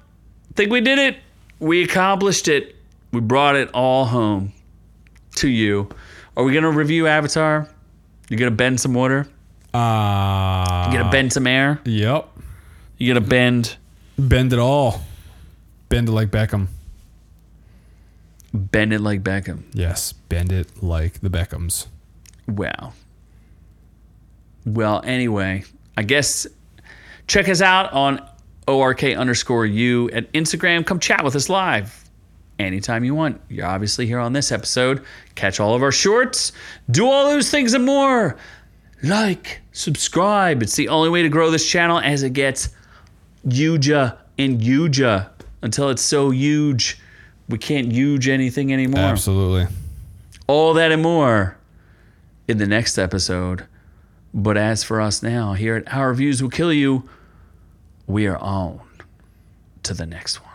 Speaker 2: think we did it. We accomplished it. We brought it all home to you. Are we gonna review Avatar? You gonna bend some water?
Speaker 1: Uh,
Speaker 2: You gonna bend some air?
Speaker 1: Yep.
Speaker 2: You gonna bend
Speaker 1: Bend it all. Bend it like Beckham.
Speaker 2: bend it like Beckham?
Speaker 1: Yes. Bend it like the Beckhams.
Speaker 2: Wow. Well, anyway, I guess check us out on ork underscore u at Instagram. Come chat with us live anytime you want. You're obviously here on this episode. Catch all of our shorts. Do all those things and more. Like, subscribe. It's the only way to grow this channel as it gets huger and huger until it's so huge we can't huge anything anymore
Speaker 1: Absolutely.
Speaker 2: all that and more in the next episode. But as for us now, here at Our Views Will Kill You, we are on to the next one.